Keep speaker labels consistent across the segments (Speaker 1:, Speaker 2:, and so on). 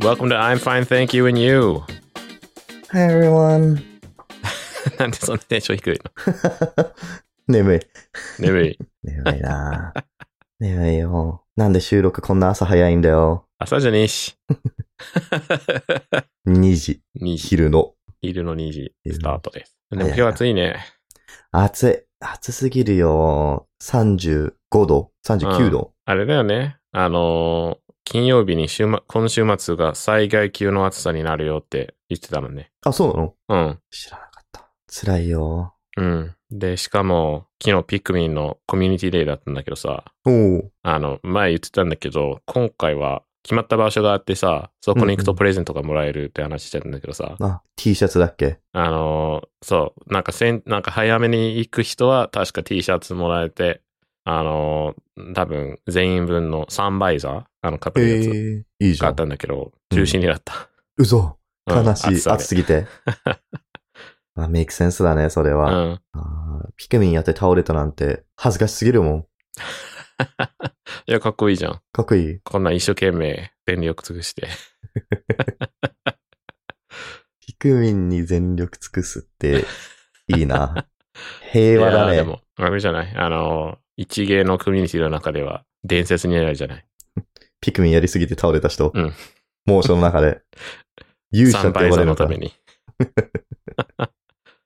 Speaker 1: Welcome to I'm Fine, Thank You and You.
Speaker 2: Hi everyone.
Speaker 1: なんでそんなテンション低いの
Speaker 2: 眠い。
Speaker 1: 眠い。
Speaker 2: 眠 いな眠いよ。なんで収録こんな朝早いんだよ。
Speaker 1: 朝じゃねえし。
Speaker 2: 2時、
Speaker 1: 2時、
Speaker 2: 昼の。
Speaker 1: 昼の2時
Speaker 2: 昼の
Speaker 1: スタートです。でも今日暑いね。
Speaker 2: 暑い。暑すぎるよ。35度 ?39 度、
Speaker 1: あれだよね。あのー金曜日に週末、今週末が災害級の暑さになるよって言ってたもんね。
Speaker 2: あ、そうなの
Speaker 1: うん。
Speaker 2: 知らなかった。辛いよ。
Speaker 1: うん。で、しかも、昨日ピクミンのコミュニティデイだったんだけどさ、
Speaker 2: おお。
Speaker 1: あの、前言ってたんだけど、今回は決まった場所があってさ、そこに行く
Speaker 2: うんう
Speaker 1: と
Speaker 2: ん
Speaker 1: プレゼントがもらえるって話してたんだけどさ、
Speaker 2: あ、T シャツだっけ
Speaker 1: あのーそう、なんかせん、なんか早めに行く人は確か T シャツもらえて、あのー多分全員分のサンバイザー、あの、かぶるやつ
Speaker 2: えいいじゃ
Speaker 1: 買っ
Speaker 2: ん。
Speaker 1: たんだけど、
Speaker 2: うん
Speaker 1: 中止になった。
Speaker 2: 嘘。
Speaker 1: うん
Speaker 2: 悲しい。
Speaker 1: 暑さで
Speaker 2: 暑す ぎて。あ、メイクセンスだね、それ
Speaker 1: う
Speaker 2: は、
Speaker 1: ん。
Speaker 2: あーピクミンやって倒れたなんて、恥ずかしすぎるもん。
Speaker 1: いや、かっこいいじゃん。
Speaker 2: かっこいい。
Speaker 1: こんなん一生懸命全力尽くして。
Speaker 2: ピクミンに全力尽くすって、い いな。平和だ
Speaker 1: いやで
Speaker 2: ね。
Speaker 1: も、あれじゃないあのー一芸のコミュニティの中では伝説になるじゃない
Speaker 2: ピクミンやりすぎて倒れた人。
Speaker 1: うん
Speaker 2: 猛暑の中で。勇
Speaker 1: サ
Speaker 2: 者
Speaker 1: ン
Speaker 2: って
Speaker 1: バ
Speaker 2: 呼
Speaker 1: イ
Speaker 2: ば
Speaker 1: ザ
Speaker 2: れ
Speaker 1: ー
Speaker 2: る
Speaker 1: の
Speaker 2: か
Speaker 1: た
Speaker 2: ら
Speaker 1: め。に。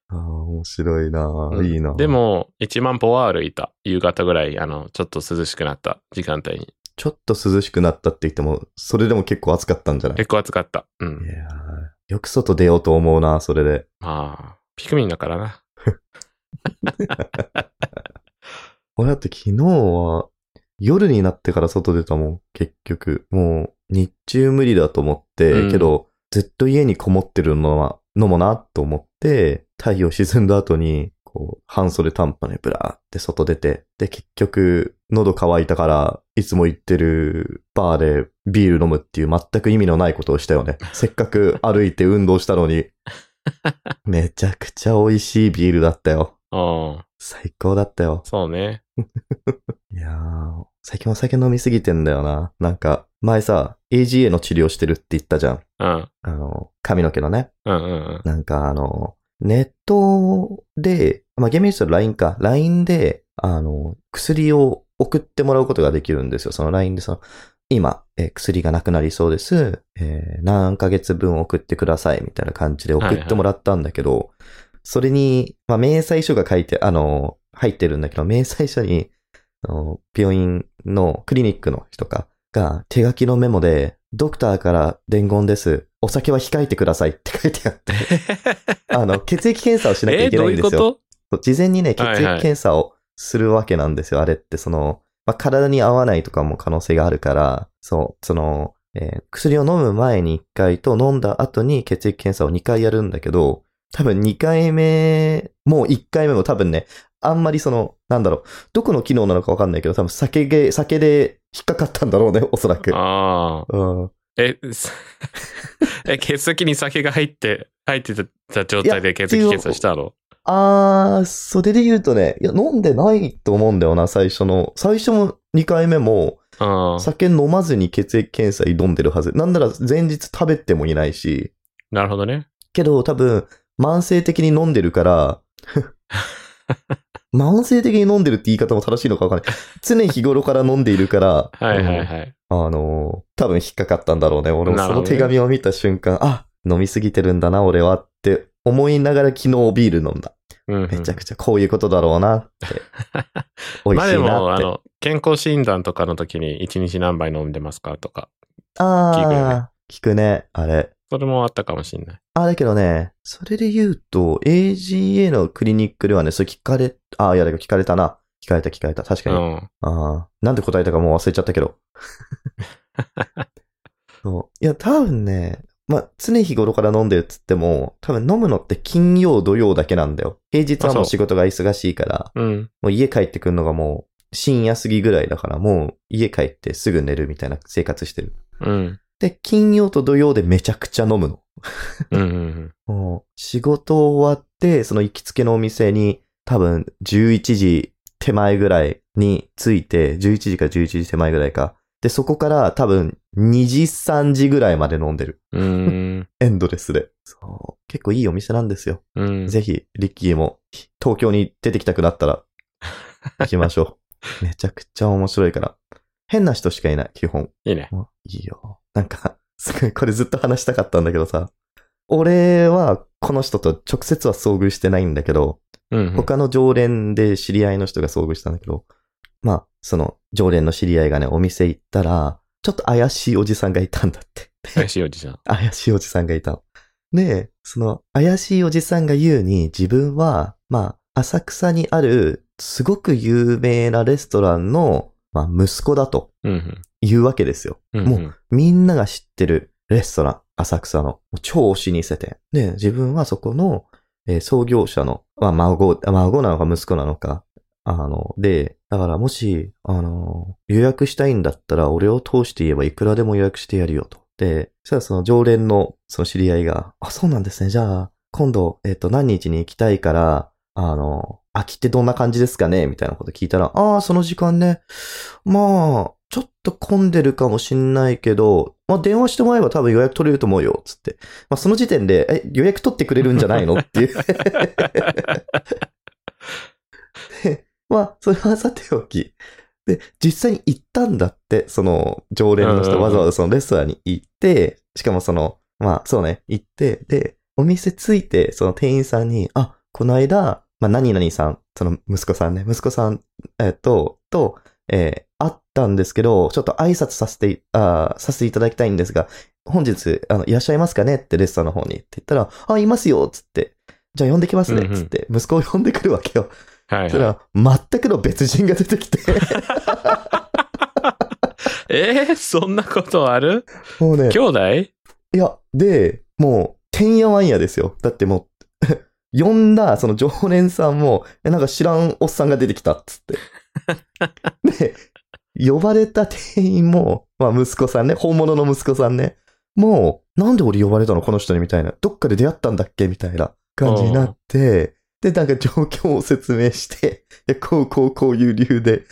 Speaker 2: ああ、面白いな。
Speaker 1: うん
Speaker 2: いいな。
Speaker 1: で、も、1万歩は歩いた。夕方ぐらい、あの、ちょっと涼しくなった時間帯に。
Speaker 2: ちょっと涼しくなったって言っても、それでも結構暑かったんじゃない
Speaker 1: 結構暑かった。う
Speaker 2: い
Speaker 1: ん。
Speaker 2: やーよく外出ようと思うな、それで。
Speaker 1: まあ、ピクミンだからな。
Speaker 2: 俺だって昨日は、夜になってから外出たもん、結局。もう、日中無理だと思って、
Speaker 1: うん
Speaker 2: けど、ずっと家にこもってるのは、のもな、と思って、太陽沈んだ後に、こう、半袖短パンでブラーって外出て、で、結局、喉乾いたから、いつも行ってるバーでビール飲むっていう全く意味のないことをしたよね。せっか く歩いて運動したのに。めちゃくちゃ美味しいビールだったよ。
Speaker 1: うん。
Speaker 2: 最高だったよ。
Speaker 1: そうね。
Speaker 2: いやー、最近お酒飲みすぎてんだよな。なんか、前さ、AGA の治療してるって言ったじゃん。
Speaker 1: うん。
Speaker 2: あの、髪の毛のね。
Speaker 1: うんうんうん。
Speaker 2: なんかあの、ネットで、まあ、厳密に言うと LINE か。LINE で、あの、薬を送ってもらうことができるんですよ。その LINE でその、今、えー薬がなくなりそうです。えー何ヶ月分送ってください。みたいな感じで送ってもらったんだけど、それに、まあ、明細書が書いて、あの、入ってるんだけど、明細書に、あの病院のクリニックの人か、が手書きのメモで、ドクターから伝言です。お酒は控えてくださいって書いてあって、あの、血液検査をしなきゃ
Speaker 1: え
Speaker 2: いけ
Speaker 1: ど
Speaker 2: な
Speaker 1: う
Speaker 2: いん
Speaker 1: い
Speaker 2: で
Speaker 1: う
Speaker 2: すよ
Speaker 1: こ。と
Speaker 2: そう事前にね、血
Speaker 1: はいはい
Speaker 2: 液検査をするわけなんですよ。あれって、その、まあ、体に合わないとかも可能性があるから、そう、その、えー薬を飲む前に1回と飲んだ後に血液検査を2回やるんだけど、多分2回目も1回目も多分ね、あんまりその、なんだろう、どこの機能なのかわかんないけど、多分酒で、酒で引っかかったんだろうね、おそらく。
Speaker 1: ああ。
Speaker 2: うん、
Speaker 1: え、す え、血液に酒が入って、入ってた状態で血液検査したの
Speaker 2: あー、それで言うとね、いや、飲んでないと思うんだよな、最初の。最初も2回目も、
Speaker 1: うん。
Speaker 2: 酒飲まずに血液検査挑んでるはず。なんなら前日食べてもいないし、
Speaker 1: なるほどね。
Speaker 2: けど多分慢性的に飲んで るから、慢性的に飲んでるって言い方も正しいのかわかんない。常日頃から飲んでいるから、
Speaker 1: はいはい
Speaker 2: うん
Speaker 1: はい。
Speaker 2: あのー多分引っかかったんだろうね。俺も
Speaker 1: なるほ
Speaker 2: そ
Speaker 1: ど
Speaker 2: の
Speaker 1: ね
Speaker 2: 手紙を見た瞬間、あ、飲みすぎてるんだな、俺はって思いながら昨日ビール飲ん
Speaker 1: うん
Speaker 2: だ。
Speaker 1: うん
Speaker 2: めちゃくちゃこういうことだろう なって。美
Speaker 1: ま
Speaker 2: 味
Speaker 1: あ
Speaker 2: しい
Speaker 1: でも、
Speaker 2: なっ
Speaker 1: あ
Speaker 2: て。
Speaker 1: の、健康診断とかの時に1日何杯飲んでますかとか、聞くよね
Speaker 2: あー、聞くね、あれ。
Speaker 1: それもあったかもしんない。
Speaker 2: あ、だけどね、それで言うと、AGA のクリニックではね、それ聞かれ、あ、いや、だから聞かれたな。聞かれた聞かれた。確か
Speaker 1: う
Speaker 2: に。
Speaker 1: ん。
Speaker 2: ああ、なんで答えたかもう忘れちゃっ たけど。そういや、多分ね、まあ、常日頃から飲んでるっつっても、多分飲むのって金曜、土曜だけなんだよ。平日はも
Speaker 1: あそう
Speaker 2: う仕事が忙しいから、
Speaker 1: うん。
Speaker 2: もう家帰ってくるのがもう深夜過ぎぐらいだから、もう家帰ってすぐ寝るみたいな生活してる。
Speaker 1: うん。
Speaker 2: で、金曜と土曜でめちゃくちゃ飲むの。
Speaker 1: うんうん うん。
Speaker 2: もう仕事終わって、その行きつけのお店に多分11時手前ぐらいに着いて、11時か11時手前ぐらいかで、そこから多分2時、3時ぐらいまで飲んでる。
Speaker 1: うーん。
Speaker 2: エンドレスで。そう。結構いいお店なんですよ。
Speaker 1: うん。
Speaker 2: ぜひ、リッキーも東京に出てきたくなっ たら、行きましょう。めちゃくちゃ面白いから。変な人しかいない、基本。
Speaker 1: いいね。
Speaker 2: もういいよ。なんか、すごい、これずっと話したかったんだけどさ。俺は、この人と直接は遭遇してないんだけど、
Speaker 1: うんうん。
Speaker 2: 他の常連で知り合いの人が遭遇したんだけど、まあ、その常連の知り合いがね、お店行ったら、ちょっと怪しいおじさんがいたんだって。
Speaker 1: 怪しいおじさん。
Speaker 2: 怪しいおじさんがいたの。で、その怪しいおじさんが言うに自分は、まあ、浅草にあるすごく有名なレストランの、まあ、息子だと
Speaker 1: うん
Speaker 2: いうわけですよ。
Speaker 1: うん。
Speaker 2: も
Speaker 1: うんうん
Speaker 2: みんなが知ってるレストラン、浅草の、もう超老舗店。で、自分はそこの、えー創業者の、まあ、孫、あ孫なのか息子なのか、あの、で、だからもし、あの、予約したいんだったら、俺を通して言えばいくらでも予約してやるよと。で、そしたらその常連の、その知り合いが、あ、そうなんですね。じゃあ、今度、えっ、と、何日に行きたいから、あの、空きってどんな感じですかねみたいなこと聞いたら、ああ、その時間ね。まあ、ちょっと混んでるかもしんないけど、まあ電話してもらえば多分予約取れると思うよ、つって。まあその時点で、え、予約取ってくれるんじゃないのっていう。 でまあ、それはさておき。で、実際に行ったんだって、その、常連の
Speaker 1: うんうん
Speaker 2: 人
Speaker 1: うん
Speaker 2: わざわざそのレストランに行って、しかもその、まあそうね、行って、で、お店着いて、その店員さんに、あ、この間、まあ何々さん、その息子さんね、息子さん、えっと、と、えー、会ったんですけど、ちょっと挨拶させて、あーさせていただきたいんですが、本日、あの、いらっしゃいますかねってレストランの方にって言ったら、あ、いますよつって、じゃあ呼んできますね
Speaker 1: うんうん
Speaker 2: つって、息子を呼んでくるわけよ。
Speaker 1: はい、
Speaker 2: そした
Speaker 1: はい。
Speaker 2: ら、全くの別人が出て きて、
Speaker 1: えー、そんなことある
Speaker 2: もうね
Speaker 1: 兄、弟
Speaker 2: いや、で、もう、てんやわんやですよ。だってもう、 呼んだ、その常連さんも、えなんか知らんおっさんが出てきたっ、つって。で、呼ばれた店員も、まあ息子さんね、本物の息子さんね、もう、なんで俺呼ばれたのこの人にみたいな。どっかで出会ったんだっけみたいな感じになって、で、なんか状況を説明して、いやこうこうこういう理由で、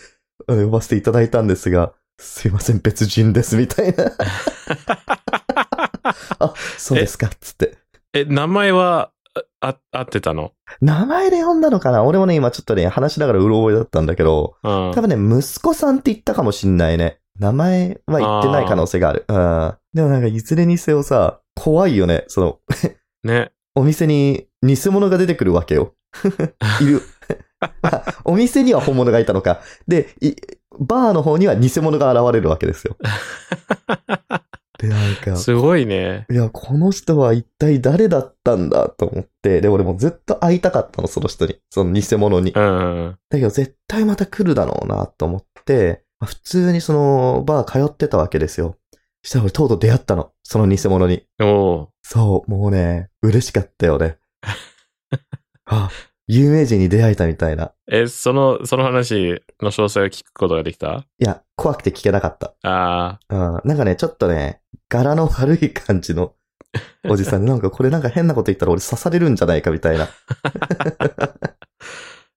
Speaker 2: あの呼ばせていただいたんですが、すいません、別人です、みたいな。あ、そうですか、つって。
Speaker 1: え、名前は、あ、あ合ってたの
Speaker 2: 名前で呼んだのかな俺もね、今ちょっとね、話しながらうろ覚えだったんだけど、
Speaker 1: うん。
Speaker 2: 多分ね、息子さんって言ったかもしんないね。名前は言ってない可能性がある。うん。でもなんか、いずれにせよさ、怖いよね。その、
Speaker 1: ね。
Speaker 2: お店に偽物が出てくるわけよ。 いる。あお店には本物がいたのか。で、いバーの方には偽物が現れるわけですよ。で、なんか、
Speaker 1: すごいね。
Speaker 2: いや、この人は一体誰だったんだと思って、で、俺もうずっと会いたかったの、その人に。その偽物に。だ
Speaker 1: うん。
Speaker 2: けど絶対また来るだろうなと思って、まあ普通にそのバー通ってたわけですよ。したら俺とうとう出会ったの、その偽物に。
Speaker 1: おお
Speaker 2: そう、もうね、嬉しかったよね。あ、有名人に出会えたみたいな。
Speaker 1: ー。え、その、その話の詳細を聞くことができた
Speaker 2: いや、怖くて聞けなかった。
Speaker 1: あ
Speaker 2: うん、なんかね、ちょっとね、柄の悪い感じのおじさんで、なんかこれなんか変なこと言ったら俺刺されるんじゃないかみたいな。
Speaker 1: ー。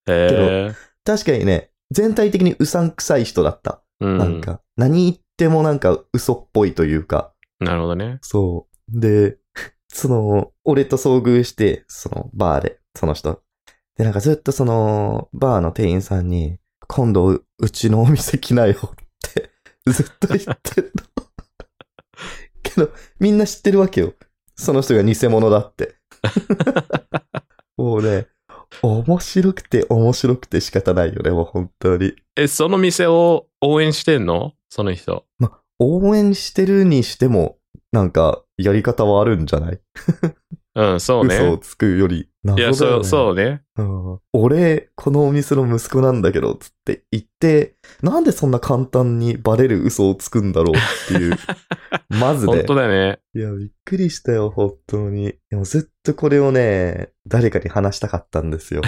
Speaker 1: へえ。
Speaker 2: 確かにね、全体的にうさんくさい人だった。
Speaker 1: うん。
Speaker 2: なんか、何言ってもなんか嘘っぽいというか。
Speaker 1: なるほどね。
Speaker 2: そう。で、 その、俺と遭遇して、その、バーで、その人。で、なんかずっとその、バーの店員さんに、今度う、うちのお店来なよって、 ずっと言ってんの。 けど、みんな知ってるわけよ。その人が偽物だって。 もうね、面白くて面白くて仕方ないよね、もう本当に。
Speaker 1: え、その店を応援してんのその人。
Speaker 2: 応援してるにしても、なんか、やり方はあるんじゃない
Speaker 1: うん、そう
Speaker 2: 嘘を
Speaker 1: ね。
Speaker 2: つくより謎
Speaker 1: い
Speaker 2: だよ、
Speaker 1: や、
Speaker 2: ね。
Speaker 1: そう、そうね。
Speaker 2: うん俺、このお店の息子なんだけど、つって言って、なんでそんな簡単にバレる嘘をつくんだろうって いう。まず
Speaker 1: 本
Speaker 2: ね
Speaker 1: 当。だよね。
Speaker 2: いや、びっくりしたよ、本当に。でもずっとこれをね、誰かに話したかったんで すよ。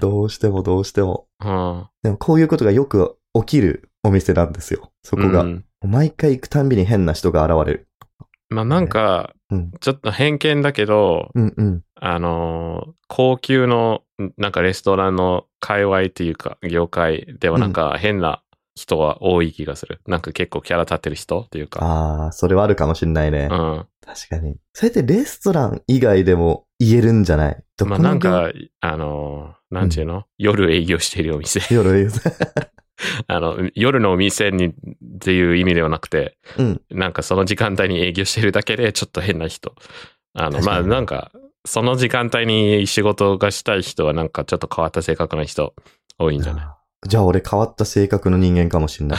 Speaker 2: どうしてもどうしても。
Speaker 1: うん。
Speaker 2: でもこういうことがよく起きるお店なんですよ。そこが。
Speaker 1: うん
Speaker 2: 毎回行くたんびに変な人が現れる。
Speaker 1: まあなんか
Speaker 2: うん、
Speaker 1: ちょっと偏見だけど、
Speaker 2: うんうん。
Speaker 1: あのー高級の、なんかレストランの界隈っていうか、業界ではなんか変な人は多い気がする。なんか結構キャラ立ってる人っていうか。
Speaker 2: ああ、それはあるかもしんないね。
Speaker 1: うん。
Speaker 2: 確かに。それってレストラン以外でも言えるんじゃないどこ
Speaker 1: ま
Speaker 2: の
Speaker 1: あなんか、あのー、なんていうの、夜営業しているお店。
Speaker 2: 夜、夜
Speaker 1: あの、夜のお店にっていう意味ではなくて、
Speaker 2: うん
Speaker 1: なんかその時間帯に営業してるだけでちょっと変な人。あの、
Speaker 2: 確
Speaker 1: ま
Speaker 2: か
Speaker 1: あ
Speaker 2: に
Speaker 1: なんか、その時間帯に仕事がしたい人はなんかちょっと変わった性格の人多いんじゃない
Speaker 2: じゃあ俺変わった性格の人間かもしんない。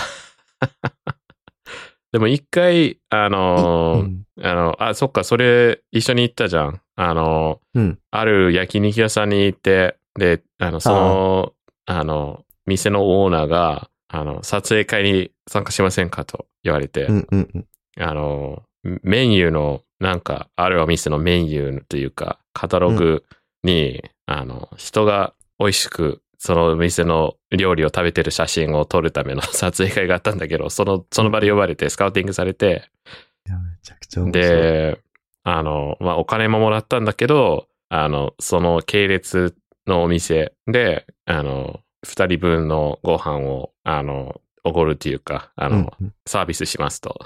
Speaker 1: でも一回、あのー
Speaker 2: うん
Speaker 1: あの、あ、そっか、それ一緒に行ったじゃん。あのー
Speaker 2: うん
Speaker 1: ある焼肉屋さんに行って、で、あの、その、あの、店のオーナーが、あの、撮影会に参加しませんかと言われて、
Speaker 2: うんうんうん。
Speaker 1: あの、メニューの、なんか、あるお店のメニューというか、カタログに、あの、人が美味しく、そのお店の料理を食べてる写真を撮るための 撮影会があったんだけど、その、その場で呼ばれて、スカウティングされて、
Speaker 2: いや、めちゃくちゃ面白い。
Speaker 1: で、あの、まあ、お金ももらったんだけど、あの、その系列のお店で、あの、二人分のご飯を、あの、おごるっていうか、あの、
Speaker 2: うんうん
Speaker 1: サービスしますと。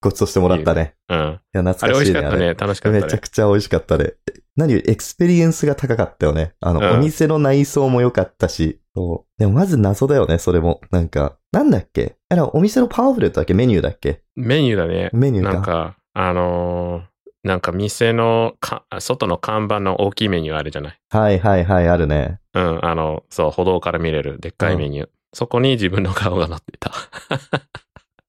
Speaker 2: ごちそうしてもらったね。
Speaker 1: うん。
Speaker 2: いや、
Speaker 1: あれ
Speaker 2: 懐
Speaker 1: 美
Speaker 2: か
Speaker 1: 味
Speaker 2: し
Speaker 1: し
Speaker 2: い
Speaker 1: か
Speaker 2: ね。
Speaker 1: ったね。楽しかった
Speaker 2: めちゃ
Speaker 1: ね。
Speaker 2: くちゃ美味しかったね。え何よりエクスペリエンスが高かったよね。あの、
Speaker 1: うん
Speaker 2: お店の内装も良かったし。そう。でもまず謎だよね、それも。なんか、なんだっけあれ、お店のパンフレットだっけメニューだっけ
Speaker 1: メニューだね。
Speaker 2: メニューか。
Speaker 1: なんか、あのーなんか店のか、外の看板の大きいメニューあるじゃない。
Speaker 2: はいはいはい、あるね。
Speaker 1: うん、あの、そう、歩道から見れるでっかいメニュー。そこに自分の顔が載ってた。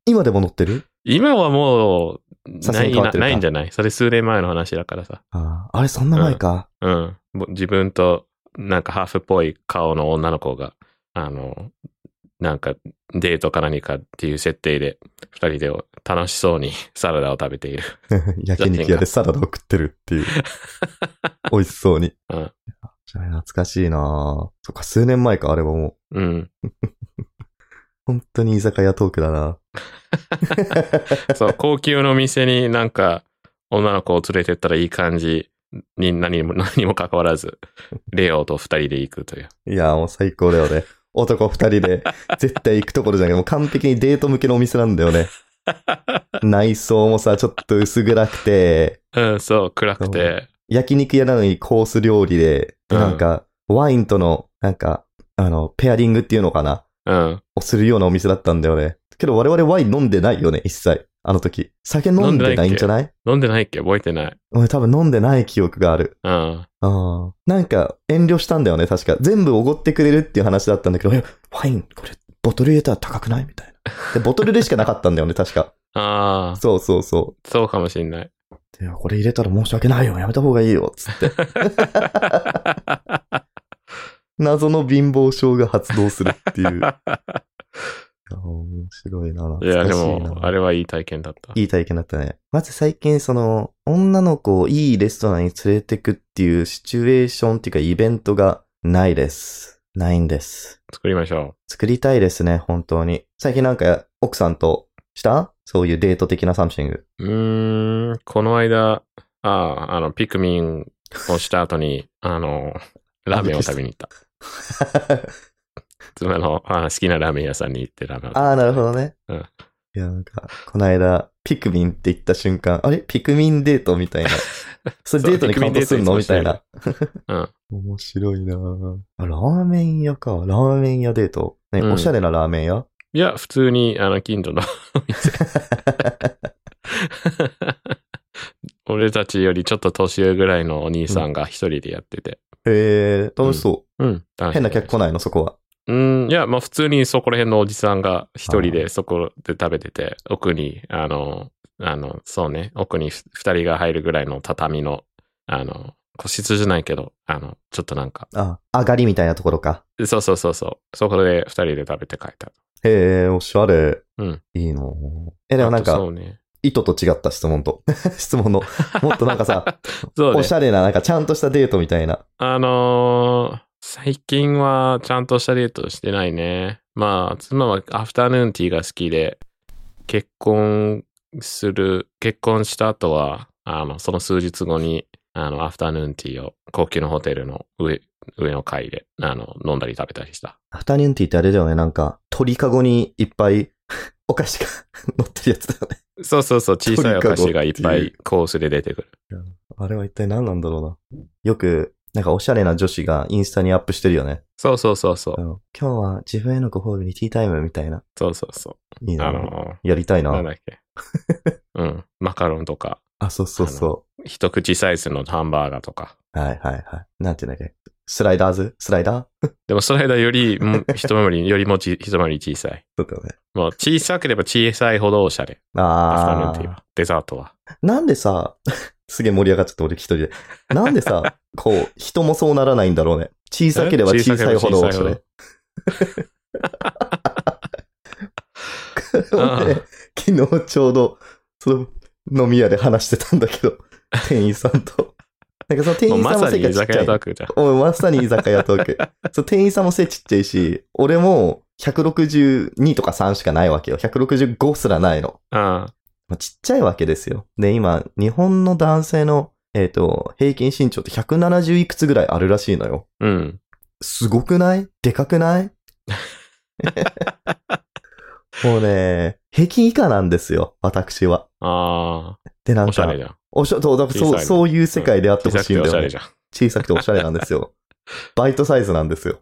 Speaker 2: 今でも載ってる
Speaker 1: 今はもう、
Speaker 2: さす
Speaker 1: な
Speaker 2: がに
Speaker 1: い
Speaker 2: 変わ
Speaker 1: な、
Speaker 2: ってるか
Speaker 1: ないんじゃないそれ数年前の話だからさ。
Speaker 2: あーあれ、そんな前か。
Speaker 1: うん。ぼ自分と、なんかハーフっぽい顔の女の子が、あの、なんかデートか何かっていう設定で、二人で楽しそうに サラダを食べている。
Speaker 2: 焼肉屋でサラダを食ってる っていう。美味しそうに。
Speaker 1: うん
Speaker 2: 懐かしいなぁそっか、数年前か、あれはも
Speaker 1: う
Speaker 2: う。
Speaker 1: ん。
Speaker 2: 本当に居酒屋トークだな
Speaker 1: そう、高級の店になんか、女の子を連れてったらいい感じに何も、 何も関わらず、レオと二人で行くという。
Speaker 2: いや、もう最高だよね。男二人 で、絶対行くところじゃなくて、もう完璧にデート向けのお店なんだよ ね。内装もさ、ちょっと薄暗くて、
Speaker 1: うん、そう、暗くて。
Speaker 2: 焼肉屋なのにコース料理で、
Speaker 1: う
Speaker 2: で
Speaker 1: ん
Speaker 2: なんか、ワインとの、なんか、あの、ペアリングっていうのかな
Speaker 1: うん。
Speaker 2: をするようなお店だったんだよね。けど我々ワイン飲んでないよね、一切。あの時。酒飲んでないんじゃない
Speaker 1: 飲んでないっけ覚えてない。
Speaker 2: 俺多分飲んでない記憶がある。
Speaker 1: うん。
Speaker 2: ああ。なんか、遠慮したんだよね、確か。全部おごってくれるっていう話だったんだけど、えワイン、これ、ボトル入れたら高くないみたいな。で、ボトルでしかなかったんだよね、確か。
Speaker 1: ああ、
Speaker 2: そうそうそ
Speaker 1: そうかもしん ない。
Speaker 2: う。で、これ入れたら申し訳ないよ、やめた方がいいよ、つ って。謎の貧乏症が発動するっていう。いや面白いな。
Speaker 1: いや、
Speaker 2: 懐
Speaker 1: で
Speaker 2: かしいな
Speaker 1: も、あれはいい体験だった。
Speaker 2: いい体験だったね。まず最近、その、女の子をいいレストランに連れてくっていうシチュエーションっていうかイベントがないです。ないんです。
Speaker 1: 作りましょ
Speaker 2: 作りたいですね、本当に。最近なんか、奥さんとしたそういうデート的なサムシ ング。
Speaker 1: う。うーん、この間、ああ、あの、ピクミンをした後に、あの、ラーメンを食べに行った。妻のあの好きなラーメン屋さんに行ってラーメンを食べ
Speaker 2: ああ、なるほどね。
Speaker 1: うん
Speaker 2: いや、なんか、この間、ピクミンって言った瞬間、あれピクミンデートみ たいな。それデートにカウントするの
Speaker 1: そう
Speaker 2: み
Speaker 1: ピク
Speaker 2: た
Speaker 1: ミ
Speaker 2: い
Speaker 1: ンデー
Speaker 2: な。
Speaker 1: うん。
Speaker 2: 面白いなぁあラーメン屋か。ラーメン屋デート。ね、
Speaker 1: うん
Speaker 2: おしゃれなラーメン屋
Speaker 1: いや、普通に、あの、近所 の俺たちよりちょっと年上ぐらいのお兄さんが一人でやってて。
Speaker 2: えー、楽しそ
Speaker 1: うん。
Speaker 2: う。変な客来
Speaker 1: い。
Speaker 2: ないの、そこは。
Speaker 1: うん、いや、まあ普通にそこら辺のおじさんが一人
Speaker 2: あ
Speaker 1: でそこで食べてて、奥に、あの、あの、そうね、奥にふ二人が入るぐらいの畳の、あの、個室じゃないけど、あの、ちょっとなんか、
Speaker 2: あ、上がりみたいなところか。
Speaker 1: そうそうそうそう、そこで二人で食べて帰った。
Speaker 2: へえー、おしゃれ。
Speaker 1: うん。
Speaker 2: いいのえ、でもなん
Speaker 1: あとそ
Speaker 2: か、
Speaker 1: うね。
Speaker 2: 意図と違った質問と。 質問の、もっとなんかさ、
Speaker 1: そうね
Speaker 2: おしゃれな、なんかちゃんとしたデートみたいな。
Speaker 1: あのー最近はちゃんとしたデートしてないね。まあ、妻はアフタヌーンティーが好きで、結婚する、結婚した後は、あの、その数日後に、あの、アフタヌーンティーを高級のホテルの上、上の階で、あの、飲んだり食べたりした。
Speaker 2: アフタヌーンティーってあれだよね。なんか、鳥かごにいっぱい お菓子が乗ってるやつだよね。
Speaker 1: そうそうそう、小さいお菓子がいっぱいコースで出てくる。
Speaker 2: あれは一体何なんだろうな。よく、なんかおしゃれな女子がインスタにアップしてるよね。
Speaker 1: そうそうそうそうう。
Speaker 2: ん今日は自分へのご褒美にティータイムみたいな。
Speaker 1: そうそうそ。
Speaker 2: いいう
Speaker 1: あ
Speaker 2: な。
Speaker 1: の
Speaker 2: やりたい
Speaker 1: ー、なん
Speaker 2: な。
Speaker 1: だっけ。うん。マカロンとか、
Speaker 2: あ、そうそうそ
Speaker 1: 一口サイズのハンバーガーとか。
Speaker 2: う。はいはいはい。なんていうんだっけ。スライダーズスライダー
Speaker 1: でもその間よ り、うん一回り、よりもち一回り小さい。
Speaker 2: そうだよね。
Speaker 1: もう小さければ小さいほどおしゃれ。アフタヌーン
Speaker 2: あ
Speaker 1: ティー
Speaker 2: ー。
Speaker 1: は。デザートは。
Speaker 2: なんでさ、 すげえ盛り上がっちゃった俺一人で。なん でさ、こう、人もそうならないんだろうね。小さければ小さいほどおしゃれ。
Speaker 1: あ ー
Speaker 2: 昨日ちょうど、その飲み屋で話してたんだけど、店員さんと。なんかその店
Speaker 1: もう
Speaker 2: 員さ
Speaker 1: ま
Speaker 2: んも
Speaker 1: さ
Speaker 2: 背
Speaker 1: に
Speaker 2: が
Speaker 1: 居
Speaker 2: ちっ
Speaker 1: 酒
Speaker 2: ち
Speaker 1: 屋
Speaker 2: ゃい
Speaker 1: トー。クじゃん。
Speaker 2: おいまさに居酒屋 トーク。そう、店員さんも背ちっちゃいし、俺も162とか3しかないわけよ。165すらないの。
Speaker 1: ああ
Speaker 2: まあちっちゃいわけですよ。で、今、日本の男性の、えっ、と、平均身長って170いくつぐらいあるらしいのよ。
Speaker 1: うん。
Speaker 2: すごくないでか くないもうね、平均以下なんですよ、私は。
Speaker 1: あ
Speaker 2: で、な
Speaker 1: あ、
Speaker 2: ん
Speaker 1: おしゃ
Speaker 2: か
Speaker 1: れ、じゃん。
Speaker 2: おしゃそうだ
Speaker 1: 小
Speaker 2: そ
Speaker 1: さ
Speaker 2: う、
Speaker 1: いの
Speaker 2: そういう世界であって
Speaker 1: 小
Speaker 2: ほ
Speaker 1: さ
Speaker 2: しいん
Speaker 1: くておしゃ
Speaker 2: だよね
Speaker 1: れじ。ゃん。
Speaker 2: 小さくておしゃれなんで すよ。バイトサイズなんですよ。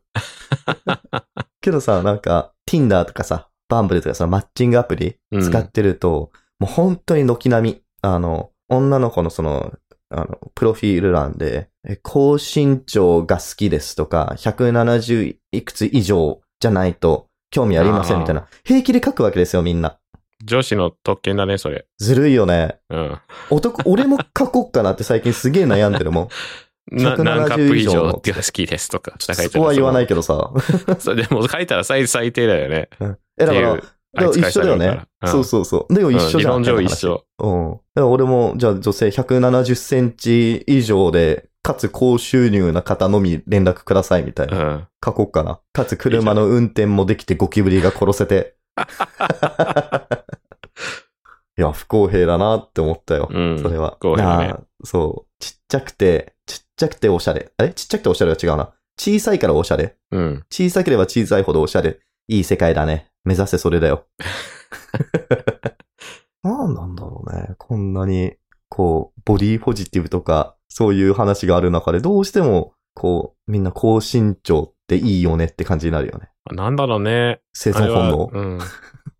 Speaker 2: けどさ、なんか、Tinder とかさ、バンブルとかさ、マッチングアプリ
Speaker 1: うん
Speaker 2: 使ってると、もう本当に軒並み、あの、女の子のその、あの、プロフィール欄で、え高身長が好きですとか、170いくつ以上じゃないと興味ありませんみたいな、平気で書くわけですよ、みんな。
Speaker 1: 女子の特権だね、それ。
Speaker 2: ずるいよね。
Speaker 1: うん。
Speaker 2: 男、俺も書こうかなって最近すげえ悩んで るもん。
Speaker 1: な
Speaker 2: 170
Speaker 1: 何カップ以上
Speaker 2: 以上
Speaker 1: が好きですとか。
Speaker 2: そこは言わないけどさ。
Speaker 1: そう、でも書いたら最最低だよね。
Speaker 2: え、だか
Speaker 1: っ
Speaker 2: ら
Speaker 1: てい、
Speaker 2: でも一緒だよね。そうそうそう。でも
Speaker 1: う
Speaker 2: 一
Speaker 1: ん。
Speaker 2: 緒じゃん。
Speaker 1: 理論上一緒。
Speaker 2: うん。だから俺も、じゃあ女性170センチ以上で、かつ高収入な方のみ連絡くださいみたいうな。
Speaker 1: ん。
Speaker 2: 書こうかな。かつ車の運転もできてゴキブリが殺 せて。いや、不公平だなって思ったよ。
Speaker 1: うん
Speaker 2: それは。
Speaker 1: 不公平だね
Speaker 2: なあそう。ちっちゃくて、ちっちゃくておしゃれ。あれちっちゃくておしゃれは違うな。小さいからおしゃれ。
Speaker 1: うん。
Speaker 2: 小さければ小さいほどおしゃれ。いい世界だね。目指せそれだよ。何 なんだろうね。こんなに、こう、ボディポジティブとか、そういう話がある中で、どうしても、こう、みんな高身長っていいよねって感じになるよね。
Speaker 1: なんだろうね。
Speaker 2: 生
Speaker 1: あれ
Speaker 2: 存
Speaker 1: は
Speaker 2: 本能。
Speaker 1: うん。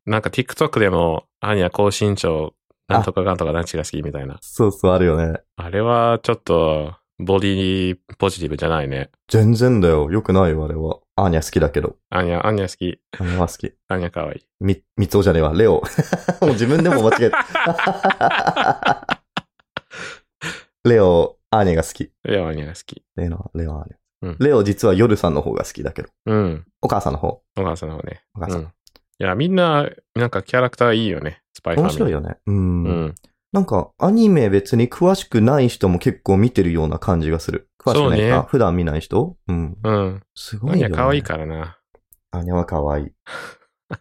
Speaker 1: なんか TikTok でも、アニャ高身長、なんとかがんとか何ちが好きみたいな。
Speaker 2: そうそう、あるよね。
Speaker 1: あれはちょっと、ボディポジティブじゃないね。
Speaker 2: 全然だよ。よくないよ、あれは。アーニャ好きだけど。
Speaker 1: アニャ、アニャ好き。
Speaker 2: アーニャは好き。
Speaker 1: アニャ可愛い。
Speaker 2: み、みつおじゃねえわ。レオ。 もう自分でも間違えた。 レオ、アーニャが好き。
Speaker 1: レオアニャが好き。
Speaker 2: レオ、レオはね。
Speaker 1: うん
Speaker 2: レオ実は夜さんの方が好きだけど。
Speaker 1: うん。
Speaker 2: お母さんの方。
Speaker 1: お母さんの方ね。
Speaker 2: お母
Speaker 1: う
Speaker 2: さん。
Speaker 1: ん。いや、みんな、なんかキャラクターいいよね。スパイファミ
Speaker 2: 面
Speaker 1: リー。
Speaker 2: 白いよね。うん。
Speaker 1: うん。
Speaker 2: なんか、アニメ別に詳しくない人も結構見てるような感じがする。詳しくない
Speaker 1: そう
Speaker 2: か、
Speaker 1: ね
Speaker 2: 普段見ない人うん。
Speaker 1: うん。
Speaker 2: す
Speaker 1: ア
Speaker 2: ごい
Speaker 1: ニ
Speaker 2: よ、
Speaker 1: ャ
Speaker 2: ね。
Speaker 1: 可愛い。からな。
Speaker 2: アニャは可 愛い。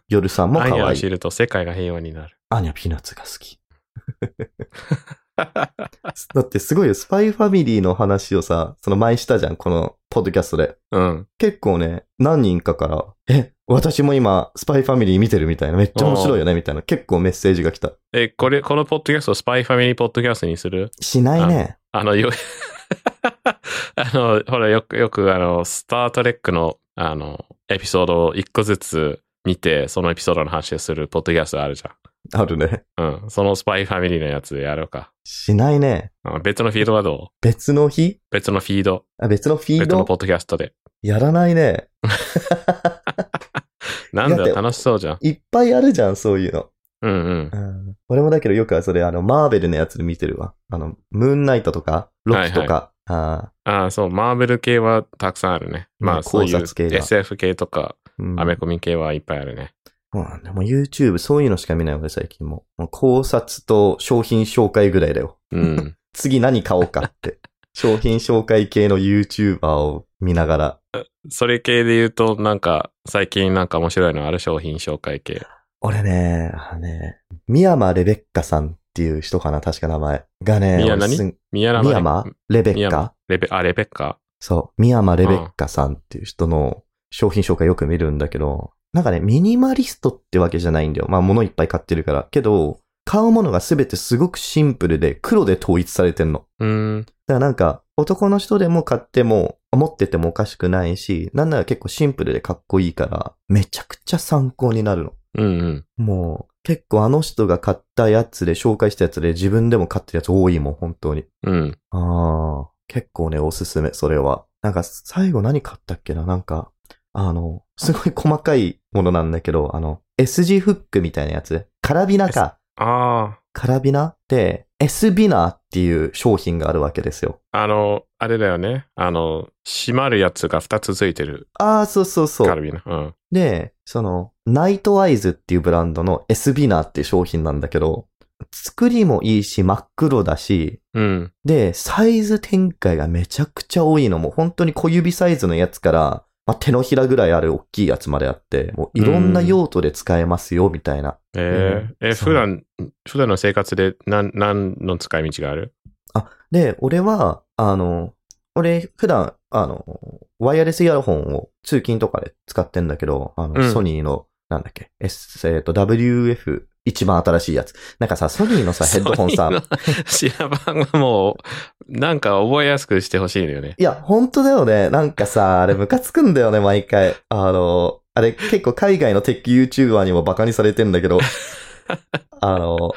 Speaker 2: 夜さんも
Speaker 1: ア
Speaker 2: 可
Speaker 1: ニャを
Speaker 2: 愛
Speaker 1: 知
Speaker 2: い。
Speaker 1: ると世界が平和になる。
Speaker 2: アニャピーナッツが好き。 だってすごいよ。スパイファミリーの話をさ、その前したじゃん。この、ポッドキャストで。
Speaker 1: うん。
Speaker 2: 結構ね、何人かから、え、私も今、スパイファミリー見てるみたいな。めっちゃ面白いよね、みたいな。結構メッセージが来た。
Speaker 1: え、これ、このポッドキャストをスパイファミリーポッドキャストにする
Speaker 2: しないね。
Speaker 1: あの、よ、 あの、ほら、よく、よく、あの、スタートレックの、あの、エピソードを一個ずつ見て、そのエピソードの話をするポッドキャストあるじ
Speaker 2: あるね。
Speaker 1: ゃん。うん。そのスパイファミリーのやつでやろうか。
Speaker 2: しないね。
Speaker 1: うん別のフィードはどう
Speaker 2: 別の日
Speaker 1: 別のフィード。
Speaker 2: あ、別のフィー
Speaker 1: 別の
Speaker 2: ド
Speaker 1: ポッドキャストで。
Speaker 2: やらないね。
Speaker 1: なんだ
Speaker 2: だっ
Speaker 1: よ、
Speaker 2: て
Speaker 1: 楽しそうじゃん。
Speaker 2: いっぱいあるじゃん、そういうの。
Speaker 1: うんうん
Speaker 2: う。ん、俺もだけどよくはそれ、あの、マーベルのやつで見てるわ。あの、ムーンナイトとか、ロキとか、あ
Speaker 1: ああ、そう、マーベル系はたくさんあるね。ま
Speaker 2: ね
Speaker 1: あ、そういう
Speaker 2: 考察系が
Speaker 1: SF 系とか、
Speaker 2: ーうん
Speaker 1: アメコミ系はいっぱいある ね。
Speaker 2: そうなんだもう YouTube そういうのしか見ない俺最近も。もう考察と商品紹介ぐらいだよ。
Speaker 1: うん。
Speaker 2: 次何買おうか って。商品紹介系の YouTuber を見ながら。
Speaker 1: それ系で言うと、なんか、最近なんか面白いのある商品紹介系。
Speaker 2: 俺ね、あのね、ミヤマレベッカさんっていう人かな、確か名前。がね、
Speaker 1: ミヤ
Speaker 2: 俺
Speaker 1: 何
Speaker 2: すん
Speaker 1: 宮山
Speaker 2: ミヤマレベ
Speaker 1: ミヤ
Speaker 2: ッカ
Speaker 1: レベ、あ、レベッカ
Speaker 2: そう、ミヤマレベッカさんっていう人の商品紹介よく見るんだけど、なんかね、ミニマリストってわけじゃないんだよ。まあ物いっぱい買ってるから。けど、買うものがすべてすごくシンプルで黒で統一されてんの。
Speaker 1: うん。
Speaker 2: だからなんか、男の人でも買っても、持っててもおかしくないし、なんなら結構シンプルでかっこいいから、めちゃくちゃ参考になるの。
Speaker 1: うんうん。
Speaker 2: もう、結構あの人が買ったやつで、紹介したやつで自分でも買ってるやつ多いもん、本当に。
Speaker 1: うん。
Speaker 2: ああ、結構ね、おすすめ、それは。なんか、最後何買ったっけななんか、あの、すごい細かいものなんだけど、あの、S 字フックみたいなやつ。カラビナか。
Speaker 1: あ
Speaker 2: カラビナって、S ビナーっていう商品があるわけですよ。
Speaker 1: あ。あの、あれだよね。あの、閉まるやつが2つついてる
Speaker 2: ああ、そうそうそ
Speaker 1: カ
Speaker 2: う
Speaker 1: ル。ビナ。うん。
Speaker 2: で、その、ナイトアイズっていうブランドの S ビナーっていう商品なんだけど、作りもいいし、真っ黒だし、
Speaker 1: うん。
Speaker 2: で、サイズ展開がめちゃくちゃ多いの。もう本当に小指サイズのやつから、まあ、手のひらぐらいある大きいやつまであって、もういろんな用途で使えますよ、みたいな。
Speaker 1: えーえ、
Speaker 2: そ
Speaker 1: 普
Speaker 2: う
Speaker 1: 段、普段の生活で何、何の使い道がある
Speaker 2: で、俺は、あの、俺、普段、あの、ワイヤレスイヤホンを通勤とかで使ってんだけど、あの、
Speaker 1: うん
Speaker 2: ソニーの、なんだっけ、S、えっ、と、WF、一番新しいやつ。なんかさ、ソニー のさ、ヘッドホン
Speaker 1: ソ
Speaker 2: さ、
Speaker 1: ニーの品番はもう、なんか覚えやすくしてほしいのよね。
Speaker 2: いや、本当だよね。なんかさ、あれムカつくんだよね、毎回。あの、あれ結構海外のテック YouTuber にもバカにされてんだ けど、あの、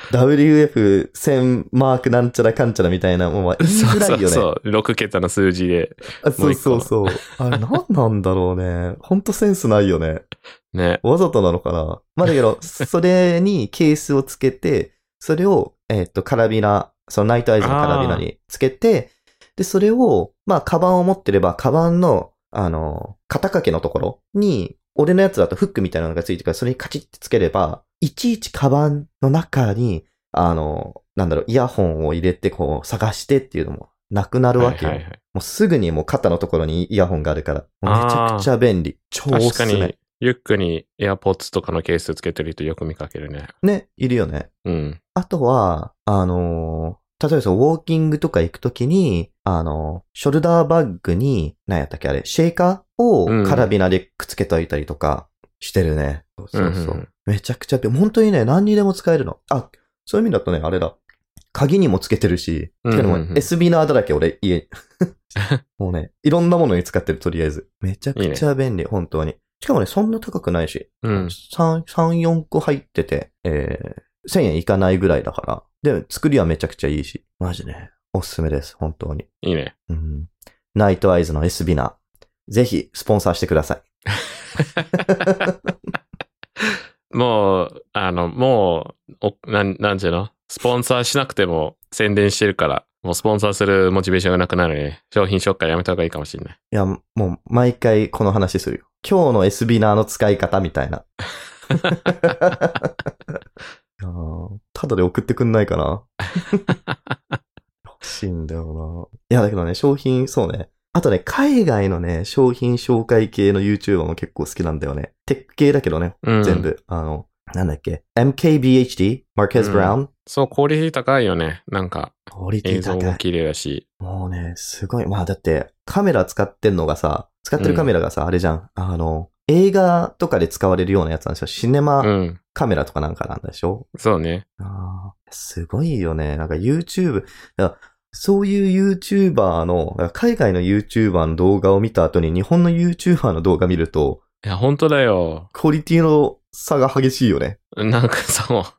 Speaker 2: WF1000 マークなんちゃらかんちゃらみたいなもんは言い
Speaker 1: そう
Speaker 2: づらい
Speaker 1: そ
Speaker 2: よね。
Speaker 1: うそう。6桁の数字で。
Speaker 2: あそ
Speaker 1: もう
Speaker 2: う
Speaker 1: 一個
Speaker 2: そうそう。あれ何なんだろうね。 ほんとセンスないよね。
Speaker 1: ね。
Speaker 2: わざとなのかなまあだけ ど、それにケースをつけて、それを、えーっと、カラビナ、そのナイトアイズのカラビナにつけて、で、それを、まあ、カバンを持ってれば、カバンの、あの、肩掛けのところに、俺のやつだとフックみたいなのがついてるから、それにカチッてつければ、いちいちカバンの中に、あの、なんだろう、イヤホンを入れて、こう、探してっていうのもなくなるわけよ。
Speaker 1: はいはいはい
Speaker 2: もうすぐにもう肩のところにイヤホンがあるから、もうめちゃくちゃ便利。超お
Speaker 1: 確
Speaker 2: す
Speaker 1: か
Speaker 2: すめ
Speaker 1: に。、リュックに AirPods とかのケースつけてる人よく見かけるね。
Speaker 2: ね、いるよね。
Speaker 1: うん。
Speaker 2: あとは、あのー例えばそのウォーキングとか行くときに、あのーショルダーバッグに、何やったっけあれ、シェイカー
Speaker 1: うん
Speaker 2: をカラビナでくっつけといたりとかしてるね。そうそう
Speaker 1: うんうんうん
Speaker 2: めちゃくちゃ便利、本当にね、何にでも使えるの。あ、そういう意味だとね、あれだ。鍵にもつけてるし、
Speaker 1: うん
Speaker 2: てかも
Speaker 1: うんうん
Speaker 2: SB ナーだらけ俺、 家。もうね、いろんなものに使ってる、とりあえず。めちゃくちゃ便利、本当に。しかもね、そんな高くないし。
Speaker 1: うん。
Speaker 2: 3、3、4個入ってて、えー、1000円いかないぐらいだから。で、作りはめちゃくちゃいいし。マジね。おすすめです、本当に。
Speaker 1: いいね。
Speaker 2: うん。ナイトアイズの S ビナー。ぜひ、スポンサーしてください。
Speaker 1: もう、あの、もう、おなん、なんていうのスポンサーしなくても宣伝してるから、もうスポンサーするモチベーションがなくなるね。商品紹介やめた方がいいかもしれない。
Speaker 2: いや、もう、毎回この話するよ。今日の S ビナーの使い方みた いな。いやーただで送ってくんない かな欲しいんだよな。いや、だけどね、商品、そうね。あとね、海外のね、商品紹介系の YouTuber も結構好きなんだよね。テック系だけどね、
Speaker 1: うん。
Speaker 2: 全。部。あの、なんだっけ。MKBHD? マーケ
Speaker 1: う
Speaker 2: ズ・
Speaker 1: ん
Speaker 2: ブラウン
Speaker 1: そう、クオリティ高いよね。なんか、
Speaker 2: クオリテ
Speaker 1: 映
Speaker 2: ィ
Speaker 1: 像
Speaker 2: 高
Speaker 1: も
Speaker 2: い。
Speaker 1: 綺麗だし。
Speaker 2: もうね、すごい。まあだって、カメラ使ってんのがさ、使ってるカメラがさ、あれじゃん。あの、映画とかで使われるようなやつなんでしょシネ
Speaker 1: う
Speaker 2: マ
Speaker 1: ん。
Speaker 2: カメラとかなんかなんでしょ、
Speaker 1: そうね。
Speaker 2: ああ、すごいよね。なんか YouTube、だからそういう YouTuber の、だから海外の YouTuber の動画を見た後に日本の YouTuber の動画見ると、
Speaker 1: いや、本当だよ。
Speaker 2: クオリティの差が激しいよね。
Speaker 1: なんかそう。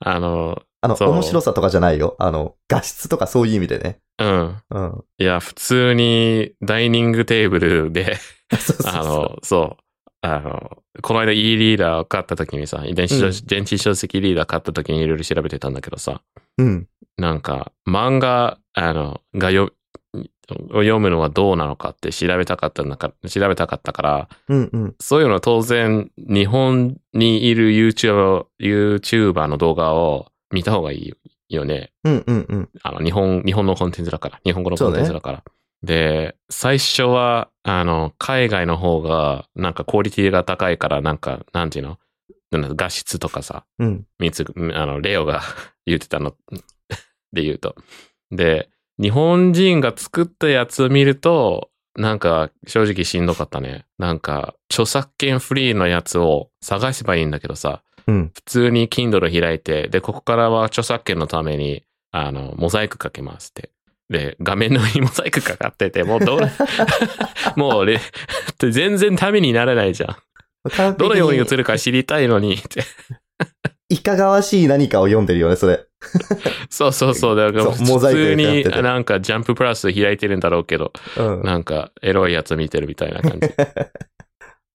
Speaker 1: あの、
Speaker 2: あの、
Speaker 1: そう
Speaker 2: 面白さとかじゃないよ。あの、画質とかそういう意味でね。
Speaker 1: うん。
Speaker 2: うん。
Speaker 1: いや、普通にダイニングテーブルで、
Speaker 2: そうそうそう
Speaker 1: あの、そう。あの、この間 E リーダーを買った時にさ、電子書、
Speaker 2: うん
Speaker 1: 電子書籍リーダー買った時にいろいろ調べてたんだけどさ、
Speaker 2: うん。
Speaker 1: なんか漫画、あの、がよ、を読むのはどうなのかって調べたかったんだか、調べたかったから、
Speaker 2: うんうん。
Speaker 1: そういうのは当然日本にいる YouTuber、YouTuber の動画を見た方がいいよね。
Speaker 2: うんうんうん。
Speaker 1: あの、日本、日本のコンテンツだから、日本語のコンテンツだから。で、最初は、あの、海外の方が、なんかクオリティが高いから、なんか、なんていうのなんだ画質とかさ、
Speaker 2: うん。
Speaker 1: みつ、あの、レオが 言ってたので言うと。で、日本人が作ったやつを見ると、なんか、正直しんどかったね。なんか、著作権フリーのやつを探せばいいんだけどさ、
Speaker 2: うん。
Speaker 1: 普通に Kindle 開いて、で、ここからは著作権のために、あの、モザイクかけますって。で、画面の上にモザイクかかってて、もうど う、もうね、全然ためにならないじゃん。どのように映るか知りたいのにって。
Speaker 2: いかがわしい何かを読んでるよね、それ。
Speaker 1: そうそうそう。だから
Speaker 2: そうモ
Speaker 1: 普
Speaker 2: ザイク
Speaker 1: 通
Speaker 2: でやっ
Speaker 1: に
Speaker 2: てて
Speaker 1: なんかジャンププラス開いてるんだろうけど、
Speaker 2: うん。
Speaker 1: なんかエロいやつ見てるみたいな 感じ。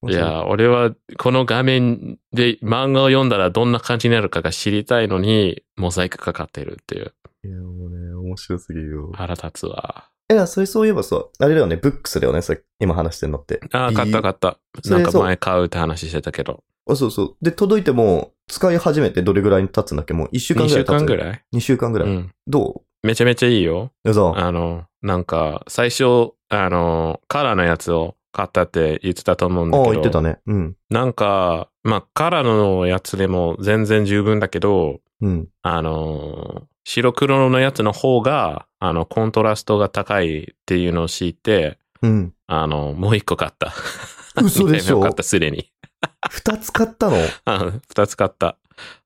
Speaker 1: いや、俺はこの画面で漫画を読んだらどんな感じになるかが知りたいのに、モザイクかかってるっていう。
Speaker 2: いや、もうね、面白すぎるよ。
Speaker 1: 腹立つわ。
Speaker 2: いや、それそういえばさ、あれだよね、ブックスだよね、それ、今話してるのって。
Speaker 1: ああ、買った買った。
Speaker 2: そ
Speaker 1: な
Speaker 2: れ
Speaker 1: んか
Speaker 2: そう
Speaker 1: 前買うって話してたけど。
Speaker 2: あ、そうそう。で、届いても、使い始めてどれぐらいに経つんだっけもう一週間
Speaker 1: 2
Speaker 2: ぐら
Speaker 1: 週
Speaker 2: い経つ。
Speaker 1: 間ぐ
Speaker 2: い。
Speaker 1: らい
Speaker 2: 2週間ぐ
Speaker 1: う
Speaker 2: らい。
Speaker 1: ん。
Speaker 2: ど
Speaker 1: めちゃめちゃいいよ。
Speaker 2: うそう。
Speaker 1: あの、なんか、最初、あの、カラーのやつを買ったって言ってたと思うんだ
Speaker 2: あ
Speaker 1: け
Speaker 2: あ、
Speaker 1: ど。
Speaker 2: 言ってたね。うん。
Speaker 1: なんか、まあ、カラーのやつでも全然十分だけど、
Speaker 2: うん。
Speaker 1: あのー、白黒のやつの方が、あの、コントラストが高いっていうのを知って、
Speaker 2: うん。
Speaker 1: あの、もう一個買った。
Speaker 2: 嘘で しょ
Speaker 1: 買った、すでに。
Speaker 2: 二つ買ったの
Speaker 1: うん 二つ買った。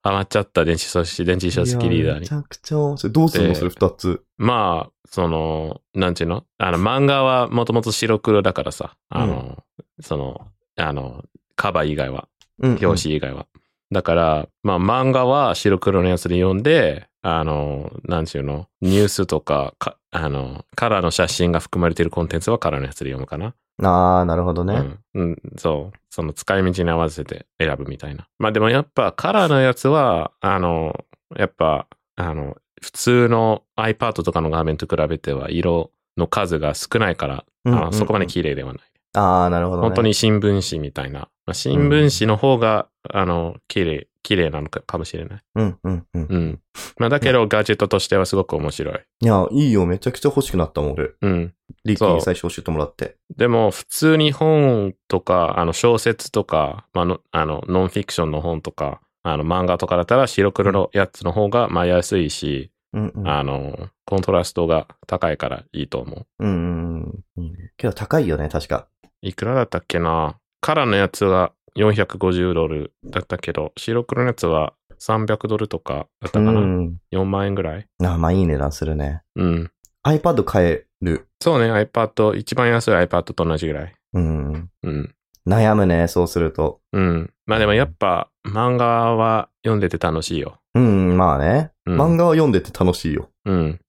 Speaker 1: 余っちゃった電子書式、電子書式リーダー
Speaker 2: いやめ
Speaker 1: に
Speaker 2: ち。ゃくちゃ面白い。どうする
Speaker 1: で
Speaker 2: のそれ二つ。
Speaker 1: まあ、その、なんていうのあの、漫画はもともと白黒だからさ、あの、その、あの、カバー以外は。
Speaker 2: うん。
Speaker 1: 表紙以外は。だから、まあ漫画は白黒のやつで読んで、あの、なんちゅうの、ニュースとかか、あの、カラーの写真が含まれているコンテンツはカラーのやつで読むかな。
Speaker 2: 紙。ああ、なるほどね。
Speaker 1: うん、うん。そう。その使い道に合わせて選ぶみたいな。まあでもやっぱカラーのやつは、あの、やっぱ、あの、普通の iPad とかの画面と比べては色の数が少ないから、
Speaker 2: うん
Speaker 1: あのそこまで綺麗ではない。
Speaker 2: ああ、なるほどね。
Speaker 1: 本当に新聞紙みたいな。まあ、新聞紙の方が、あの、綺麗、綺麗なのかかもしれない。
Speaker 2: うんうんうん。
Speaker 1: うん。まあ、だけど、ガジェットとしてはすごく面白い。
Speaker 2: いや、いいよ。めちゃくちゃ欲しくなったもん、俺。
Speaker 1: うん。
Speaker 2: リッキー
Speaker 1: そう
Speaker 2: に最初教えてもらって。
Speaker 1: でも、普通に本とか、あの、小説とか、まあの、あの、ノンフィクションの本とか、あの、漫画とかだったら、白黒のやつの方が、まあ、安いし、
Speaker 2: うんうん。
Speaker 1: あの、コントラストが高いからいいと思う。
Speaker 2: うんうんうん。いいねけど高いよね、確か。
Speaker 1: いくらだったっけなカラーのやつは450ドルだったけど、白黒のやつは300ドルとかだったかな、
Speaker 2: うん。
Speaker 1: 4万円ぐらい
Speaker 2: あまあいい値段するね。
Speaker 1: うん。
Speaker 2: iPad 買える。
Speaker 1: そうね、iPad、一番安い iPad と同じぐらい。
Speaker 2: うん。
Speaker 1: うん。
Speaker 2: 悩むね、そうすると。
Speaker 1: うん。まあでもやっぱ漫画は読んでて楽しいよ。
Speaker 2: うん、まあね。
Speaker 1: うん、
Speaker 2: 漫画は読んでて楽しいよ。
Speaker 1: うん。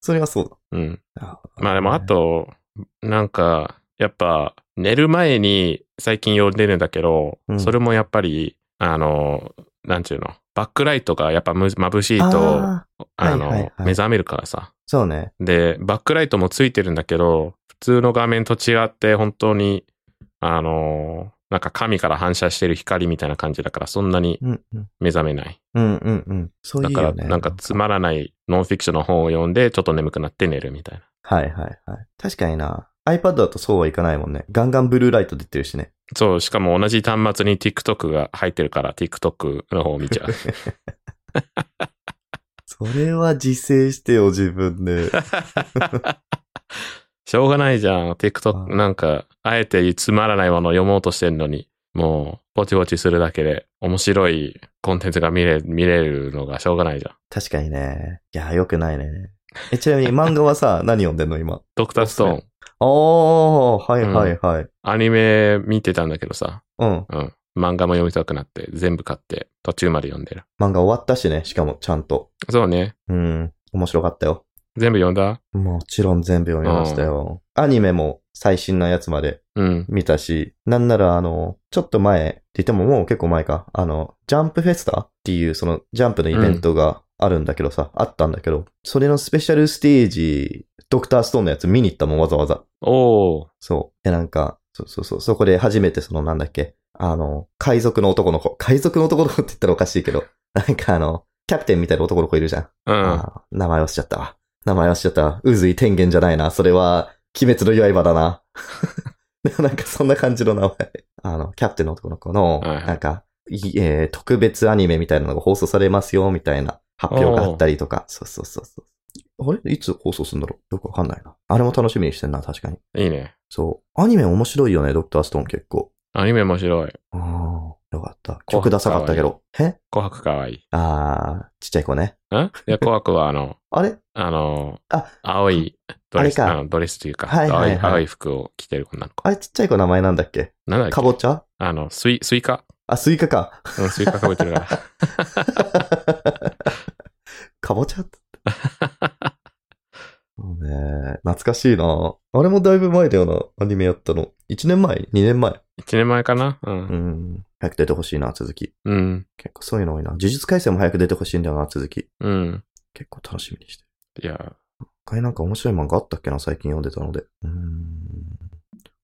Speaker 2: それはそうだ。
Speaker 1: うん。
Speaker 2: あ
Speaker 1: まあでもあ、と、なんか、やっぱ寝る前に最近読んでるんだけど、
Speaker 2: うん
Speaker 1: それもやっぱり、あの、なんていうの、バックライトがやっぱむ眩しいと、
Speaker 2: あー
Speaker 1: あの、
Speaker 2: はいはいはい
Speaker 1: 目覚めるからさ。
Speaker 2: そうね。
Speaker 1: で、バックライトもついてるんだけど、普通の画面と違って本当に、あのーなんか神から反射してる光みたいな感じだからそんなに
Speaker 2: うんうん。
Speaker 1: 目覚めない。
Speaker 2: うんうんうん。そうい
Speaker 1: だ
Speaker 2: う
Speaker 1: から
Speaker 2: よね。
Speaker 1: なんかつまらないノンフィクションの本を読んでちょっと眠くなって寝るみたいな。
Speaker 2: はいはいはい。確かにな。iPad だとそうはいかないもんね。ガンガンブルーライト出てるしね。
Speaker 1: そう、しかも同じ端末に TikTok が入ってるから TikTok の方を見ちゃう。
Speaker 2: それは自制してよ、自分で。
Speaker 1: しょうがないじゃん。
Speaker 2: あ
Speaker 1: TikTok なんか、あえてつまらないものを読もうとしてんのに、もう、ぼちぼちするだけで、面白いコンテンツが見れ、見れるのがしょうがないじゃん。
Speaker 2: 確かにね。いや、良くないね。え、ちなみに漫画はさ、何読んでんの今。
Speaker 1: ドクターストーン、
Speaker 2: ああ、はいはいはい。
Speaker 1: アニメ見てたんだけどさ、
Speaker 2: うん。
Speaker 1: うん。漫画も読みたくなって、全部買って、途中まで読んでる。
Speaker 2: 漫画終わったしね、しかもちゃんと。
Speaker 1: そうね。
Speaker 2: うん。面白かったよ。
Speaker 1: 全部読んだ
Speaker 2: もちろん全部読みましたよ。アニメも最新のやつまで
Speaker 1: うん。
Speaker 2: 見たし、なんならあの、ちょっと前って言ってももう結構前か、あの、ジャンプフェスタっていうそのジャンプのイベントがあるんだけどさ、あったんだけど、それのスペシャルステージ、ドクターストーンのやつ見に行ったもんわざわざ。
Speaker 1: おー。
Speaker 2: そう。で、なんか、そうそうそう、そこで初めてそのなんだっけ、あの、海賊の男の子。 海賊の男の子って言ったらおかしいけど、なんかあの、キャプテンみたいな男の子いるじゃん。
Speaker 1: うん。
Speaker 2: あー名前忘れちゃったわ。名前忘れちゃったわ。渦井天元じゃないな。それは、鬼滅の刃だな。 なんかそんな感じの名前。あの、キャプテンの男の子の、
Speaker 1: はいはい
Speaker 2: なんか、いえー特別アニメみたいなのが放送されますよ、みたいな発表があったりとか。そうそうそうそう。あれいつ放送するんだろうよくわかんないな。あれも楽しみにしてんな、確かに。
Speaker 1: いいね。
Speaker 2: そう。アニメ面白いよね、ドクターストーン結構。
Speaker 1: アニメ面白い。
Speaker 2: ああ、よかった。曲ダサかったけど。え
Speaker 1: 紅白かわいい。
Speaker 2: ああ、ちっちゃい子ね。
Speaker 1: んいや、紅白はあの、
Speaker 2: あれ
Speaker 1: あの、
Speaker 2: あ
Speaker 1: 青いドレス、
Speaker 2: あれか
Speaker 1: のドレスというか、
Speaker 2: はいはいはい
Speaker 1: 青い、青い服を着てる女の子。
Speaker 2: あれちっちゃい子名前なんだっけ
Speaker 1: なんだっけ
Speaker 2: かぼちゃ
Speaker 1: あの、スイ、スイカ
Speaker 2: あ、スイカか。
Speaker 1: うん、スイカかぶって るから。
Speaker 2: かぼちゃって。そうね懐かしいなあれもだいぶ前だよな、アニメやったの。1年前 ?2 年前
Speaker 1: 1年前かなう。
Speaker 2: うんん。早く出てほしいな、続き。
Speaker 1: うん。
Speaker 2: 結構そういうの多いな。呪術改正も早く出てほしいんだよな、続き。
Speaker 1: うん。
Speaker 2: 結構楽しみにして。
Speaker 1: いや、
Speaker 2: 一回なんか面白い漫画あったっけな、最近読んでたので。うーん。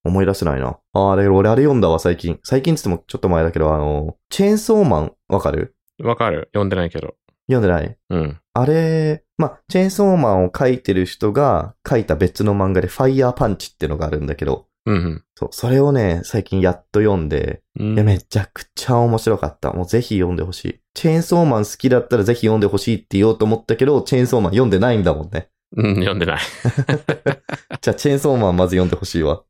Speaker 2: 思い出せないな。ああれ、俺あれ読んだわ、最近。最近っつってもちょっと前だけど、あの、チェーンソーマン、わかる
Speaker 1: わかる。読んでないけど。
Speaker 2: 読んでない
Speaker 1: うん。
Speaker 2: あれ、まあ、チェーンソーマンを描いてる人が描いた別の漫画で、ファイヤーパンチってのがあるんだけど、
Speaker 1: うん
Speaker 2: そう、それをね、最近やっと読んで、
Speaker 1: うん。
Speaker 2: いや、めちゃくちゃ面白かった。もうぜひ読んでほしい。チェーンソーマン好きだったらぜひ読んでほしいって言おうと思ったけど、チェーンソーマン読んでないんだもんね。
Speaker 1: うん、読んでない。
Speaker 2: じゃあ、チェーンソーマンまず読んでほしいわ。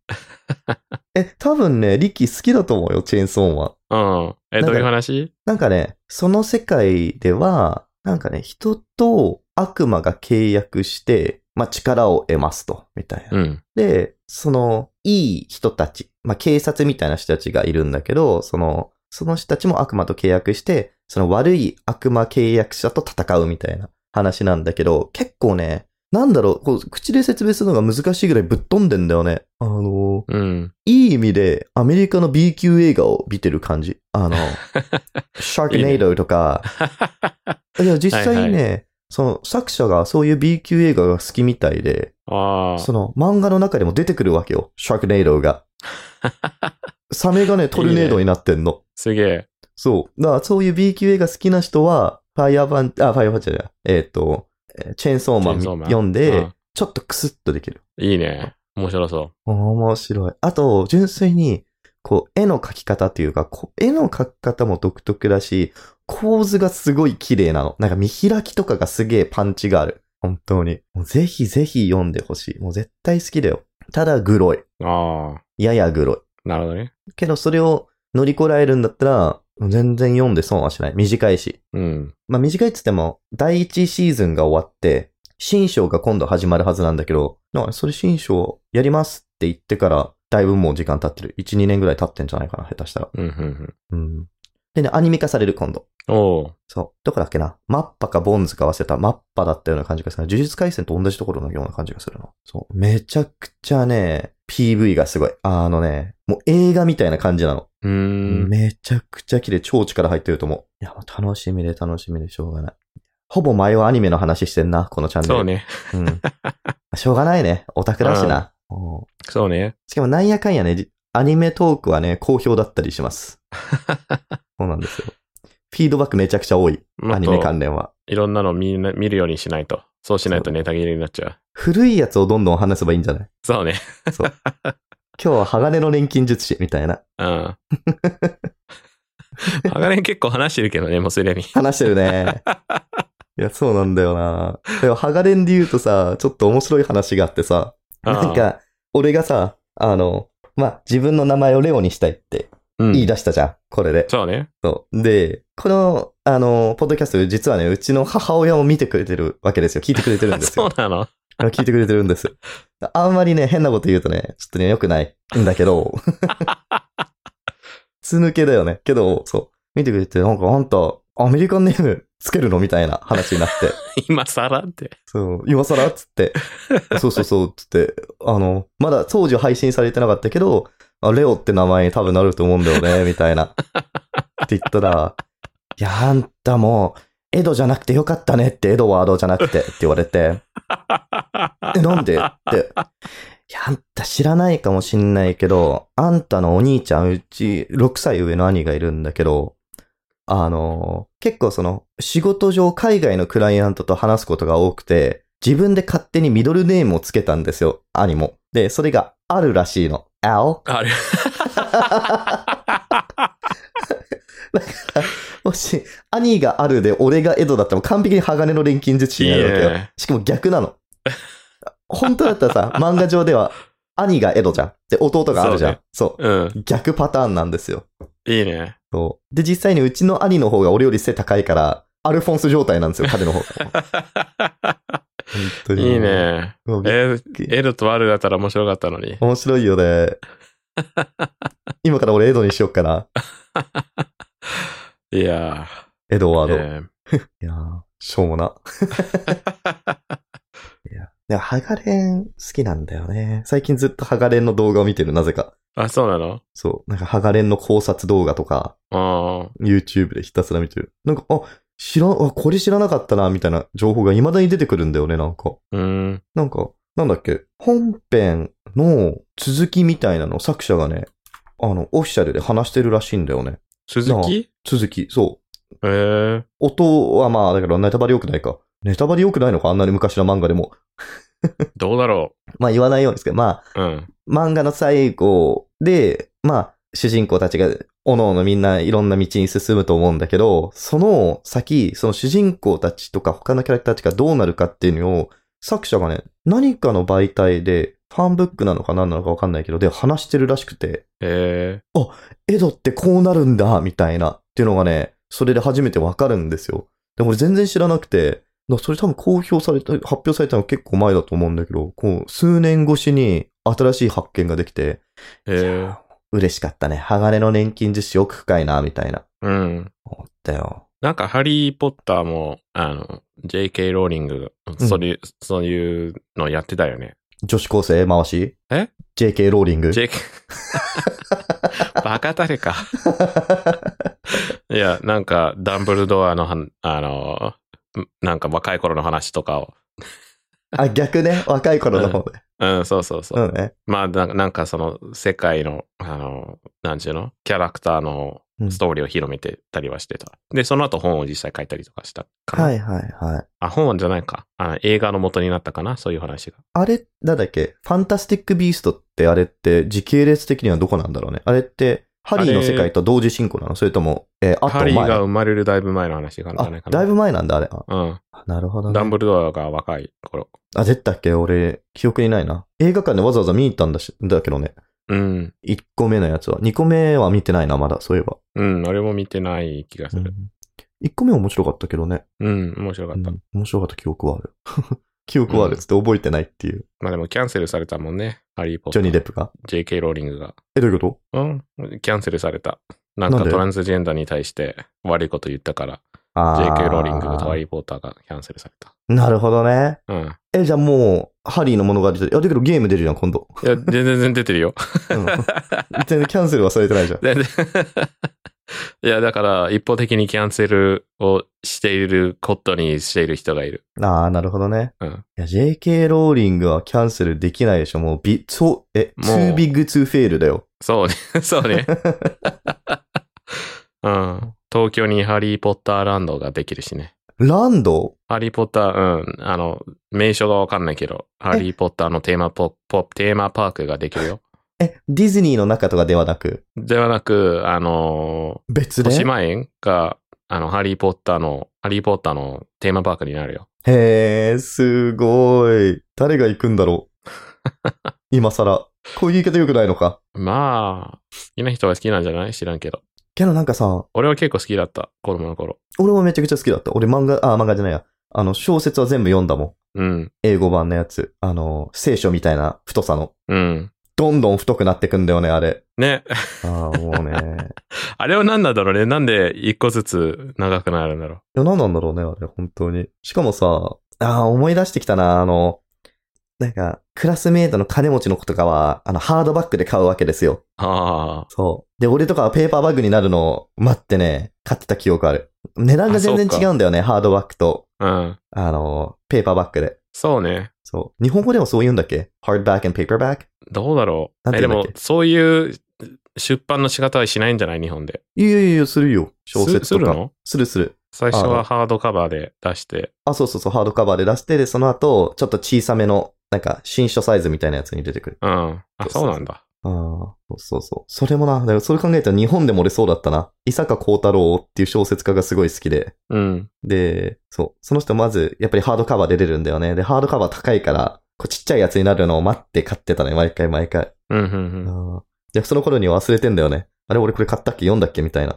Speaker 2: え、多分ね、リキ好きだと思うよ、チェーンソーマン。
Speaker 1: うん。え、
Speaker 2: なんだ
Speaker 1: どういう話
Speaker 2: なんかね、その世界では、なんかね、人と悪魔が契約して、まあ、力を得ますと、みたいな。
Speaker 1: うん。
Speaker 2: で、その、いい人たち、まあ、警察みたいな人たちがいるんだけど、その、その人たちも悪魔と契約して、その悪い悪魔契約者と戦うみたいな話なんだけど、結構ね、なんだろう、こう口で説明するのが難しいぐらいぶっ飛んでんだよね。あの、
Speaker 1: うん。
Speaker 2: いい意味でアメリカの B 級映画を見てる感じ。あ の、シャークネイドとか、いや、実際にね、その作者がそういう B 級映画が好きみたいで、
Speaker 1: ああ
Speaker 2: そ。の漫画の中でも出てくるわけよ。シャークネイ ドが。サメがね、トルネードになってんの。
Speaker 1: すげえ。
Speaker 2: そう。だからそういう B 級映画好きな人は、ファイアーバン、あ、ファイアーバンじゃない。えっ、と、えーチェーンソーマ
Speaker 1: チェーンソー
Speaker 2: ン
Speaker 1: マン
Speaker 2: 読んで、
Speaker 1: うん
Speaker 2: ちょっとクスッとできる。
Speaker 1: いいね。面白そ
Speaker 2: 面白い。あと、純粋に、こう、絵の描き方というか、こう絵の描き方も独特だし、構図がすごい綺麗なの。なんか見開きとかがすげえパンチがある。本当に。もうぜひぜひ読んでほしい。もう絶対好きだよ。ただ、グロい。
Speaker 1: う。ああ。
Speaker 2: ややグロい。
Speaker 1: なるほどね。
Speaker 2: けど、それを乗りこらえるんだったら、全然読んで損はしない。短いし。
Speaker 1: うん。
Speaker 2: まあ短いっつっても、第一シーズンが終わって、新章が今度始まるはずなんだけど、なんかそれ新章やりますって言ってから、だいぶもう時間経ってる。1、2年ぐらい経ってんじゃないかな、下手したら。
Speaker 1: うん、うん、
Speaker 2: うん。でね、アニメ化される今度。
Speaker 1: うん。おう。
Speaker 2: そう。どこだっけなマッパかボンズか忘れた。マッパだったような感じがするな。呪術回戦と同じところのような感じがするな。そう。めちゃくちゃね、PV がすごい。あのね、もう映画みたいな感じなの。
Speaker 1: うーん。
Speaker 2: めちゃくちゃ綺麗。超力入ってると思う。いや、もう楽しみで楽しみでしょうがない。ほぼ前はアニメの話してんな、このチャンネル。
Speaker 1: そう。ね。
Speaker 2: うん。しょうがないね。オタクだしな。うん
Speaker 1: そうね。
Speaker 2: しかもなんやかんやね、じアニメトークはね、好評だったりし ます。そうなんですよ。フィードバックめちゃくちゃ多い。
Speaker 1: も
Speaker 2: ア
Speaker 1: っ
Speaker 2: ニメ
Speaker 1: と
Speaker 2: 関連は。
Speaker 1: いろんなの見な見るようにしないと。そうしないとネタ切れになっちゃう。
Speaker 2: 古いやつをどんどん話せばいいんじゃない
Speaker 1: そうね。
Speaker 2: 今日は鋼の錬金術師みたいな。
Speaker 1: うん。ハガレン結構話してるけどね、もうすでに。
Speaker 2: 話してる ね。いや、そうなんだよな。でも、ハガレンで言うとさ、ちょっと面白い話があってさ、
Speaker 1: あー
Speaker 2: なんか、俺がさ、あの、まあ、自分の名前をレオにしたいって
Speaker 1: うん
Speaker 2: 言い出したじゃん、これで。
Speaker 1: そうね。
Speaker 2: そう。で、この、あの、ポッドキャスト、実はね、うちの母親も見てくれてるわけですよ。聞いてくれてるんで す
Speaker 1: そう
Speaker 2: よ。
Speaker 1: なの
Speaker 2: 聞いてくれてるんです。あんまりね、変なこと言うとね、ちょっとね、良くないんだ けど。つ抜けだよね。けど、そう。見てくれて、なんかあんた、アメリカンネームつけるのみたいな話になって。
Speaker 1: 今更って。
Speaker 2: そう、今更っつって。そうそうそう、つって。あの、まだ当時は配信されてなかったけど、あレオって名前に多分なると思うんだよね、みたいな。って言ったら、いや、あんたもう、エドじゃなくてよかったねって、エドワードじゃなくてって言われて、え、なんでって。いや、あんた知らないかもしんないけど、あんたのお兄ちゃん、うち6歳上の兄がいるんだけど、あの、結構その、仕事上海外のクライアントと話すことが多くて、自分で勝手にミドルネームをつけたんですよ、兄も。で、それがあるらしいの。あお
Speaker 1: あれ
Speaker 2: もし、兄があるで俺がエドだったらもう完璧に鋼の錬金術師
Speaker 1: い
Speaker 2: に
Speaker 1: い
Speaker 2: なるわけよ。
Speaker 1: ね。
Speaker 2: しかも逆なの。本当だった らさ、漫画上では、兄がエドじゃん。で、弟があるじゃん。そう,、
Speaker 1: うん。
Speaker 2: 逆パターンなんですよ。
Speaker 1: いいね。
Speaker 2: そう。で、実際にうちの兄の方が俺より背高いから、アルフォンス状態なん ですよ、彼の方が。本当に。
Speaker 1: いい。ね。
Speaker 2: もうびっ
Speaker 1: え、
Speaker 2: くり
Speaker 1: エドとワルだったら面白かったのに。
Speaker 2: 面白いよね。今から俺エドにしよっかな。
Speaker 1: いや
Speaker 2: エドワ
Speaker 1: ー。
Speaker 2: ード。
Speaker 1: えー
Speaker 2: いやーしょうも な。でも、ハガレン好きなんだよね。最近ずっとハガレンの動画を見てる、なぜか。
Speaker 1: あ、そうなの
Speaker 2: そう。なんか、ハガレンの考察動画とか、
Speaker 1: あ
Speaker 2: YouTube でひたすら見てる。なんか、あ、知らん、あ、これ知らなかったな、みたいな情報が未だに出てくるんだよね、なんか。
Speaker 1: あ。うん。
Speaker 2: なんか、なんだっけ、本編の続きみたいなのを作者がね、あの、オフィシャルで話してるらしいんだよね。
Speaker 1: 鈴木
Speaker 2: 続き、そう。
Speaker 1: えー。
Speaker 2: 音はまあ、だけどネタバレ良くないか。ネタバレ良くないのかあんなに昔の漫画でも。
Speaker 1: どうだろ
Speaker 2: まあ言わないようにですけど、まあ、
Speaker 1: ううん。
Speaker 2: 漫画の最後で、まあ、主人公たちが、おのおのみんないろんな道に進むと思うんだけど、その先、その主人公たちとか他のキャラクターたちがどうなるかっていうのを、作者がね、何かの媒体で、ファンブックなのか何なのかわかんないけど、で話してるらしくて、
Speaker 1: え
Speaker 2: エドってこうなるんだ、みたいな、っていうのがね、それで初めてわかるんですよ。でも俺全然知らなくて、だからそれ多分公表された、発表されたの結構前だと思うんだけど、こう、数年越しに新しい発見ができて、
Speaker 1: ー。えー。
Speaker 2: 嬉しかったね。鋼の錬金術師奥深いな、みたいな。
Speaker 1: うん。
Speaker 2: 思ったよ。
Speaker 1: なんか、ハリー・ポッターも、あの、J.K. ローリング
Speaker 2: う
Speaker 1: が、
Speaker 2: ん
Speaker 1: そういう、そういうのやってたよね。
Speaker 2: 女子高生回し
Speaker 1: え
Speaker 2: ?JK ローリング
Speaker 1: J.K. バカ誰か。いや、なんか、ダンブルドアのはん、あの、んなんか若い頃の話とかを。
Speaker 2: あ、逆 ね。若い頃の方で。
Speaker 1: うん、そうそうそうう。
Speaker 2: んね。
Speaker 1: まあなん、なんかその、世界の、あの、なんちゅうのキャラクターの
Speaker 2: うん
Speaker 1: ストーリーを広めてたりはしてた。で、その後本を実際書いたりとかしたかな。
Speaker 2: はいはいはい。
Speaker 1: あ、本はじゃないか。あ映画の元になったかなそういう話が。
Speaker 2: あれ、なんだっけファンタスティックビーストってあれって時系列的にはどこなんだろうね。あれって、ハリーの世界と同時進行なのそれとも、えー、あと
Speaker 1: ハ
Speaker 2: 前
Speaker 1: リーが生まれるだいぶ前の話なんじゃない
Speaker 2: あ
Speaker 1: か、な。
Speaker 2: だいぶ前なんだ、あれ。あ
Speaker 1: うん。
Speaker 2: なるほどね。
Speaker 1: ダンブルドアが若い頃。
Speaker 2: あ、出たっけ俺、記憶にないな。映画館でわざわざ見に行ったんだし、だけどね。
Speaker 1: うん。
Speaker 2: 1個目のやつは。2個目は見てないな、まだ、そういえば。
Speaker 1: うん。俺も見てない気がする。
Speaker 2: 一個目面白かったけどね。
Speaker 1: うん。面白かった。
Speaker 2: うん面白かった記憶はある。 記憶はあるっつって覚えてないっていう。
Speaker 1: まあでもキャンセルされたもんね。ハリー・ポッ
Speaker 2: ジ
Speaker 1: タ
Speaker 2: ョニー・デ
Speaker 1: ー。
Speaker 2: ップが。
Speaker 1: JK ローリングが。
Speaker 2: え、どういうこ
Speaker 1: うん。キャンセルされた。なん
Speaker 2: なん
Speaker 1: か
Speaker 2: で
Speaker 1: トランスジェンダーに対して悪いこと言ったから、
Speaker 2: とあ
Speaker 1: JK ローリングとハ
Speaker 2: い
Speaker 1: リー・ポッターがキャンセルされた。
Speaker 2: なるほどね。
Speaker 1: うん。
Speaker 2: え、じゃあもう、ハリーの物語で。いや、だけどゲーム出るじゃん、今度。
Speaker 1: いや、全然全然出てるよ。
Speaker 2: うん、全然キャンセルはされてないじゃん。
Speaker 1: 全然。いや、だから、一方的にキャンセルをしていることにしている人がいる。
Speaker 2: ああ、なるほどね。
Speaker 1: うん
Speaker 2: いや、JK ローリングはキャンセルできないでしょ。もう、ビ、そう、え、
Speaker 1: もう
Speaker 2: too big to fail だよ。
Speaker 1: そうね、 そうね。うん。東京にハリー・ポッターランドができるしね。
Speaker 2: ランド
Speaker 1: ハリー・ポッター、うん。あの、名称がわかんないけど、ハリー・ポッターのテーマポポテーマパークができるよ。
Speaker 2: え、ディズニーの中とかではなく、
Speaker 1: ではなく、あの
Speaker 2: 別
Speaker 1: ー、
Speaker 2: で。
Speaker 1: 豊島園が、あの、ハリー・ポッターの、ハリー・ポッターのテーマパークになるよ。
Speaker 2: へえ、すごい。誰が行くんだろう。今更。こういう言い方良くないのか。
Speaker 1: まあ、好きな人は好きなんじゃない知らんけど。
Speaker 2: けどなんかさ、
Speaker 1: 俺は結構好きだった、子供の頃。
Speaker 2: 俺もめちゃくちゃ好きだった。俺漫画、あ、漫画じゃないや。あの、小説は全部読んだもん。
Speaker 1: うん、
Speaker 2: 英語版のやつ。あの、聖書みたいな太さの。
Speaker 1: うん。
Speaker 2: どんどん太くなってくんだよね、あれ。
Speaker 1: ね、
Speaker 2: ああ、もうね。
Speaker 1: あれは何なんだろうね。なんで一個ずつ長くなるんだろう。
Speaker 2: いや、何なんだろうね、あれ、本当に。しかもさ、ああ、思い出してきたな、あの、なんか、クラスメイトの金持ちの子とかは、あの、ハードバッグで買うわけですよ。
Speaker 1: あ
Speaker 2: そう。で、俺とかはペーパーバッグになるのを待ってね、買ってた記憶ある。値段が全然
Speaker 1: あそう
Speaker 2: 違
Speaker 1: か
Speaker 2: うんだよね、ハードバッグと、
Speaker 1: あ、うん。
Speaker 2: あの、ペーパーバッグで。
Speaker 1: そうね。
Speaker 2: そう。日本語でもそう言うんだっけ ?hardback and paperback?
Speaker 1: どうだろ
Speaker 2: なん
Speaker 1: う。
Speaker 2: て
Speaker 1: え、で
Speaker 2: 言うんだっ
Speaker 1: も
Speaker 2: け、
Speaker 1: そういう出版の仕方はしないんじゃない日本で。
Speaker 2: いやいやいや、するよ。小
Speaker 1: す
Speaker 2: 説
Speaker 1: す
Speaker 2: と
Speaker 1: る
Speaker 2: か。
Speaker 1: の
Speaker 2: するする。
Speaker 1: 最初
Speaker 2: あ
Speaker 1: はハードカバーで出して。
Speaker 2: あ、そうそうそう、ハードカバーで出して、で、その後、ちょっと小さめの、なんか、新書サイズみたいなやつに出てくる。
Speaker 1: うん。あ
Speaker 2: そう、そう
Speaker 1: そうなんだ。
Speaker 2: ああ、そうそうそう。それもな、だからそれ考えたら日本でも俺そうだったな。伊坂幸太郎っていう小説家がすごい好きで。
Speaker 1: うん。
Speaker 2: で、そう。その人まず、やっぱりハードカバーで出れるんだよね。で、ハードカバー高いから、こうちっちゃいやつになるのを待って買ってたね、毎回毎回。
Speaker 1: うん、うん、うん。
Speaker 2: あーで、その頃には忘れてんだよね。あれ、俺これ買ったっけ読んだっけみた いな。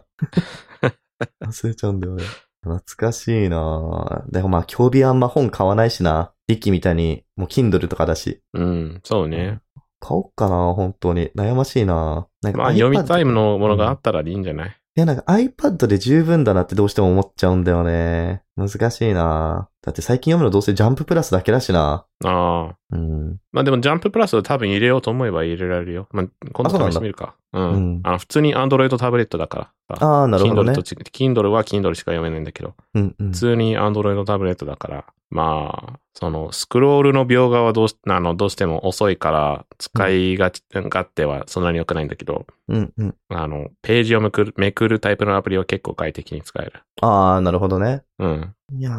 Speaker 2: 忘れちゃうんだよね。懐かしいなぁでもまあ、競技あんま本買わないしな。リキみたいに、もう Kindle とかだし。
Speaker 1: うん、そうね。
Speaker 2: 買おうかな本当に。悩ましいななんか
Speaker 1: まあ、
Speaker 2: iPad
Speaker 1: 読みたいのものがあったらいいんじゃない
Speaker 2: いや、なんか iPad で十分だなってどうしても思っちゃうんだよね。難しいなだって最近読むのどうせジャンププラスだけだしな
Speaker 1: ああ。
Speaker 2: うん。
Speaker 1: まあでも、ジャンププラスを多分入れようと思えば入れられるよ。まあ、今
Speaker 2: あそう
Speaker 1: 度
Speaker 2: なん
Speaker 1: 試し
Speaker 2: だ
Speaker 1: てみるか。うん。
Speaker 2: うん
Speaker 1: あの普通に Android タブレットだからさ。
Speaker 2: ああ、なるほどね
Speaker 1: Kindle。とち Kindle は Kindle しか読めないんだけど、
Speaker 2: うんうん
Speaker 1: 普。通に Android タブレットだから、まあ、その、スクロールの描画はどうし、あの、どうしても遅いから、使いがち、勝手はそんなに良くないんだけど、
Speaker 2: うんうん。
Speaker 1: あの、ページをめくる、めくるタイプのアプリは結構快適に使える。
Speaker 2: ああ、なるほどね。
Speaker 1: うん。
Speaker 2: いやー、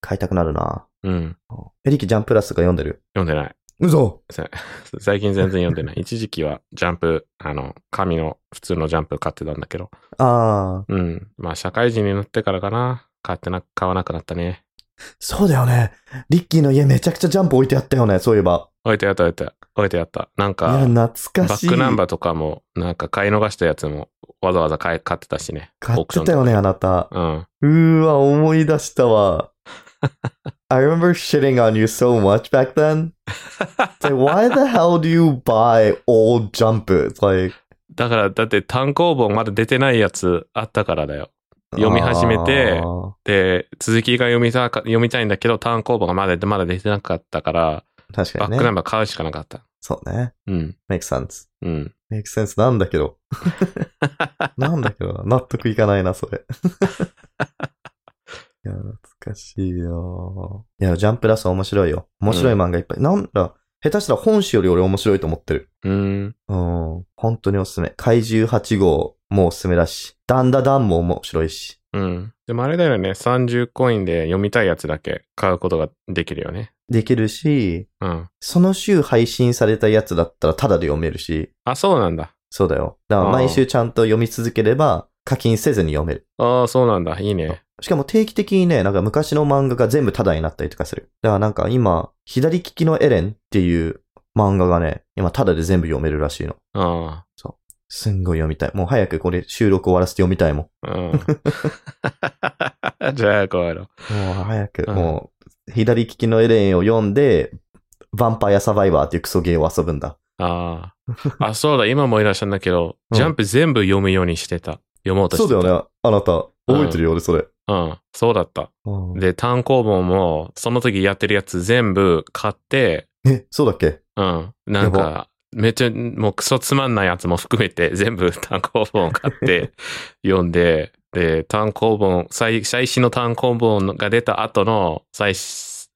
Speaker 2: 買いたくなるな
Speaker 1: うん。
Speaker 2: エリキジャンププラスとか読んでる
Speaker 1: 読んでない。
Speaker 2: 嘘
Speaker 1: さ最近全然読んで ない。一時期はジャンプ、あの、紙の普通のジャンプ買ってたんだけど。
Speaker 2: あ
Speaker 1: うん。まあ、社会人になってからかな。買ってな、買わなくなったね。
Speaker 2: ー、そうだよね。リッキーの家めちゃくちゃジャンプ置いてあったよね、そういえば。
Speaker 1: 置いてやった、置いてやった。置いてやった。なん
Speaker 2: いや、
Speaker 1: か、
Speaker 2: 懐
Speaker 1: バ
Speaker 2: かしい。
Speaker 1: ックナンバーとかも、なんか買い逃したやつも、わざわざ買い買ってたしね。
Speaker 2: 買
Speaker 1: オ
Speaker 2: っ
Speaker 1: ークションで
Speaker 2: てたよね、あなた。
Speaker 1: うん。
Speaker 2: うーわ、思い出し たわ。I remember shitting on you so much back then. It's like, why the hell do you buy old jumpers? Like,
Speaker 1: だから、だって単行本まだ出てないやつあったからだよ。読み始めて
Speaker 2: あー
Speaker 1: で、続きが読みたか、読みたいんだけど、単行本がまだ、まだ出てなかったから、
Speaker 2: 確か
Speaker 1: バ
Speaker 2: に
Speaker 1: ックナ
Speaker 2: ね。
Speaker 1: ンバー買うしかなかった。
Speaker 2: そうね。
Speaker 1: うん。
Speaker 2: makes sense.
Speaker 1: うん。
Speaker 2: makes sense なんだ けど。なんだけどな、納得いかないな、そ れ。いや、懐かしいよ。いや、ジャンプラス面白いよ。面白い漫画いっぱい。なんだ、下手したら本誌より俺面白いと思ってる。
Speaker 1: うん。
Speaker 2: うん。本当におすすめ。怪獣8号もおすすめだし、ダンダダンも面白いし。
Speaker 1: うん。でもあれだよね、30コインで読みたいやつだけ買うことができるよね。
Speaker 2: できるし、
Speaker 1: うん。
Speaker 2: その週配信されたやつだったらタダで読めるし、
Speaker 1: あ、そうなんだ。
Speaker 2: そうだよ。だから毎週ちゃんと読み続ければ課金せずに読める。
Speaker 1: ああ、そうなんだ。いいね。
Speaker 2: しかも定期的にね、なんか昔の漫画が全部タダになったりとかする。だからなんか今、左利きのエレンっていう漫画がね、今タダで全部読めるらしいの。
Speaker 1: あ
Speaker 2: すんごい読みたい。もう早くこれ収録終わらせて読みたいもん。
Speaker 1: あ。うん。 じゃあ、こうやろう。
Speaker 2: もう早く、
Speaker 1: うん
Speaker 2: もう、左利きのエレンを読んで、ヴァンパイアサバイバーっていうクソゲーを遊ぶんだ。
Speaker 1: あ あ。あ、そうだ。今思い出したんだけど、
Speaker 2: うん
Speaker 1: ジャンプ全部読むようにしてた。読もうとして
Speaker 2: そう
Speaker 1: た。
Speaker 2: だよね、あなた。覚えてるよ、俺、それ。
Speaker 1: ね。うん。そうだった。で、単行本も、その時やってるやつ全部買って、
Speaker 2: え、そうだっけ
Speaker 1: うん。なん
Speaker 2: や
Speaker 1: か、めっちゃ、もうクソつまんないやつも含めて、 全部単行本を買 って、読んで、で、単行本、最、最新の単行本が出た後の、最、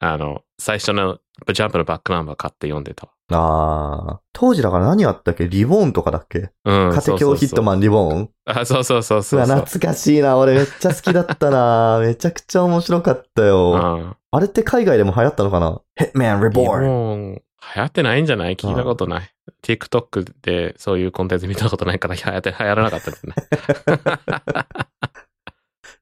Speaker 1: あの、最初のジャンプのバックナンバー買って読んでたわ。
Speaker 2: あー。当時だから何あったっけリボーンとかだっけ
Speaker 1: うん。
Speaker 2: 家庭教ヒット
Speaker 1: ン。
Speaker 2: マンリボーン
Speaker 1: あ、そうそうそう
Speaker 2: う
Speaker 1: そう
Speaker 2: わ、
Speaker 1: そう。
Speaker 2: 懐かしいな。俺めっちゃ好きだっ たな。めちゃくちゃ面白かったよ。
Speaker 1: うん。
Speaker 2: あれって海外でも流行ったのかな ?Hitman
Speaker 1: リボ
Speaker 2: Reborn。
Speaker 1: ーン、流行ってないんじゃない聞いたことない。TikTok でそういうコンテンツ見たことないから、 流行って、流行らなかった ですね。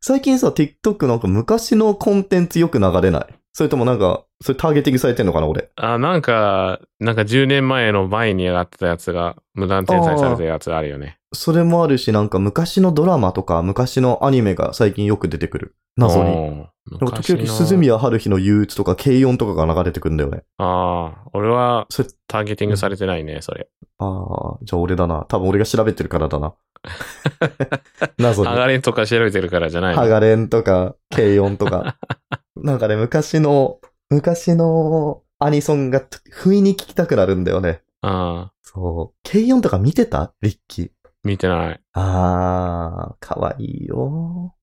Speaker 2: 最近さ、TikTok なんか昔のコンテンツよく流れないそれともなんか、それターゲティングされてんのかな、俺。
Speaker 1: あ、なんか、なんか10年前の前に上がってたやつが、無断転載されたやつあるよね。
Speaker 2: それもあるし、なんか昔のドラマとか昔のアニメが最近よく出てくる。謎に。
Speaker 1: に。
Speaker 2: なんか
Speaker 1: 昔
Speaker 2: 時
Speaker 1: の
Speaker 2: 々鈴。宮春日の憂鬱とか軽音とかが流れてくるんだよね。
Speaker 1: ああ、俺は
Speaker 2: それ、
Speaker 1: ターゲティングされてないね、それ。
Speaker 2: ああ、じゃあ俺だな。多分俺が調べてるから だな。謎
Speaker 1: ハ
Speaker 2: に。
Speaker 1: ガレンとか調べてるからじゃない
Speaker 2: ハ
Speaker 1: の。
Speaker 2: ガレンとか軽音 とか。なんかね、昔の、昔のアニソンが不意に聞きたくなるんだよね。
Speaker 1: ああ、
Speaker 2: そう。軽音とか見てたリッキー。
Speaker 1: 見てない。
Speaker 2: あー、かわいいよ。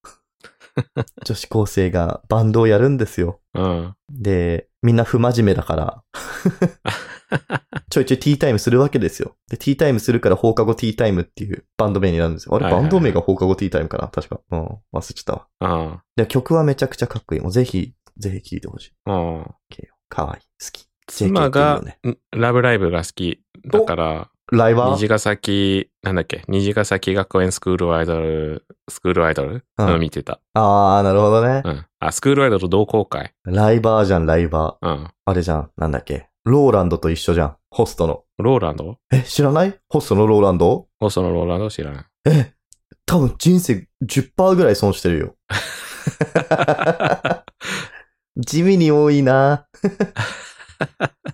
Speaker 2: 女子高生がバンドをやるんですよ。
Speaker 1: うん。
Speaker 2: で、みんな不真面目だ から、ちょいちょいティータイムするわけですよ。で、ティータイムするから放課後ティータイムっていうバンド名になるんですよ。あれ、
Speaker 1: はいはいはい
Speaker 2: バンド名が放課後ティータイムかな確か。うん、忘れちゃったわ。
Speaker 1: あ
Speaker 2: で、曲はめちゃくちゃかっこいい。もうぜひ、ぜひ聴いてほしい。
Speaker 1: あ、うん。
Speaker 2: かわいい。好き。
Speaker 1: 妻
Speaker 2: JK って言うよ
Speaker 1: が
Speaker 2: ね、
Speaker 1: んラブライブが好きだから、
Speaker 2: ライバー
Speaker 1: 虹ヶ崎、なんだっけ虹ヶ崎学園スクールアイドル、スクールアイドル、
Speaker 2: うん
Speaker 1: うん見てた。
Speaker 2: ああ、なるほどね
Speaker 1: う。ん。あ、スクールアイドル同好会。
Speaker 2: ライバーじゃん、ライバー。
Speaker 1: うん。
Speaker 2: あれじゃん、なんだっけ。ローランドと一緒じゃん、ホストの。
Speaker 1: ローランド
Speaker 2: え、知らないホストのローランド
Speaker 1: ホストのローランド知らない。
Speaker 2: え、多分人生10%ぐらい損してるよ。地味に多いな。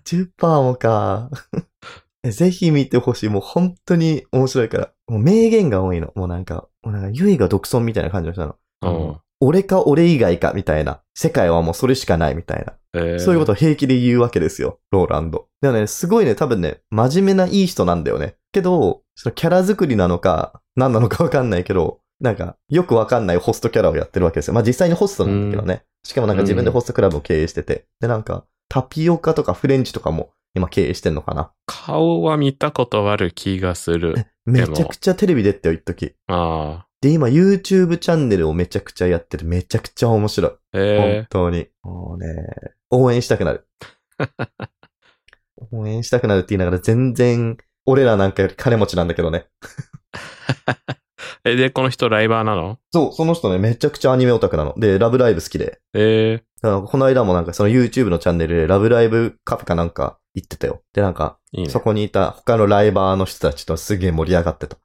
Speaker 2: 10%もか。ぜひ見てほしい。もう本当に面白いから。もう名言が多いの。もうなんか、もうなんか、ゆいが独尊みたいな感じの人なの。
Speaker 1: うん。
Speaker 2: 俺か俺以外かみたいな。世界はもうそれしかないみたいな。
Speaker 1: えー
Speaker 2: そういうことを平気で言うわけですよ。ローランド。でもね、すごいね、多分ね、真面目ないい人なんだよね。けど、そのキャラ作りなのか、何なのかわかんないけど、なんか、よくわかんないホストキャラをやってるわけですよ。まあ実際にホストなんだけどね。しかもなんか自分でホストクラブを経営してて。で、なんか、タピオカとかフレンチとかも今経営してんのかな。
Speaker 1: 顔は見たことある気がする。
Speaker 2: めちゃくちゃテレビ出てたよ、一時。
Speaker 1: ああ。
Speaker 2: で、今 YouTube チャンネルをめちゃくちゃやってる。めちゃくちゃ面白い。本
Speaker 1: え
Speaker 2: 当に。もうね、応援した くなる。応援したくなるって言いながら全然、俺らなんかより金持ちなんだけどね。
Speaker 1: ー、え、で、この人ライバーなの
Speaker 2: そう、その人ね、めちゃくちゃアニメオタクなの。で、ラブライブ好きで。
Speaker 1: え
Speaker 2: だからこの間もなんかその YouTube のチャンネルでラブライブカフェかなんか行ってたよ。で、なんか、
Speaker 1: ー、いいね。
Speaker 2: そこにいた他のライバーの人たちとすげえ盛り上が ってた。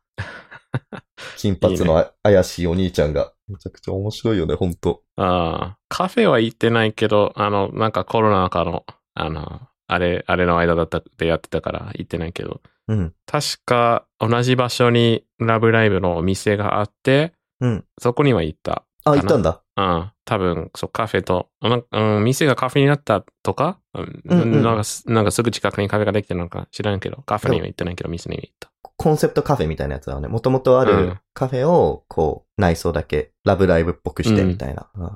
Speaker 2: 金髪のあ怪しいお兄ちゃんが。めちゃくちゃ面白いよね、ほんと。
Speaker 1: ああ。カフェは行ってないけど、あの、なんかコロナ禍の、あの、あれ、あれの間だった、でやってたから行ってないけど。
Speaker 2: うん。
Speaker 1: 確か同じ場所にラブライブのお店があって、
Speaker 2: うん
Speaker 1: そこには行った。
Speaker 2: あ、行ったんだ。
Speaker 1: うん。多分、そう、カフェと、なんうん、店がカフェになったとか、うん
Speaker 2: うんうん
Speaker 1: なんかす、なんかすぐ近くにカフェができてるのか知らんけど、カフェには行ってないけど、店には行った。
Speaker 2: コンセプトカフェみたいなやつだよね。もともとあ
Speaker 1: う
Speaker 2: る
Speaker 1: ん
Speaker 2: カフェを、こう、内装だけ、ラブライブっぽくしてみたいな。うん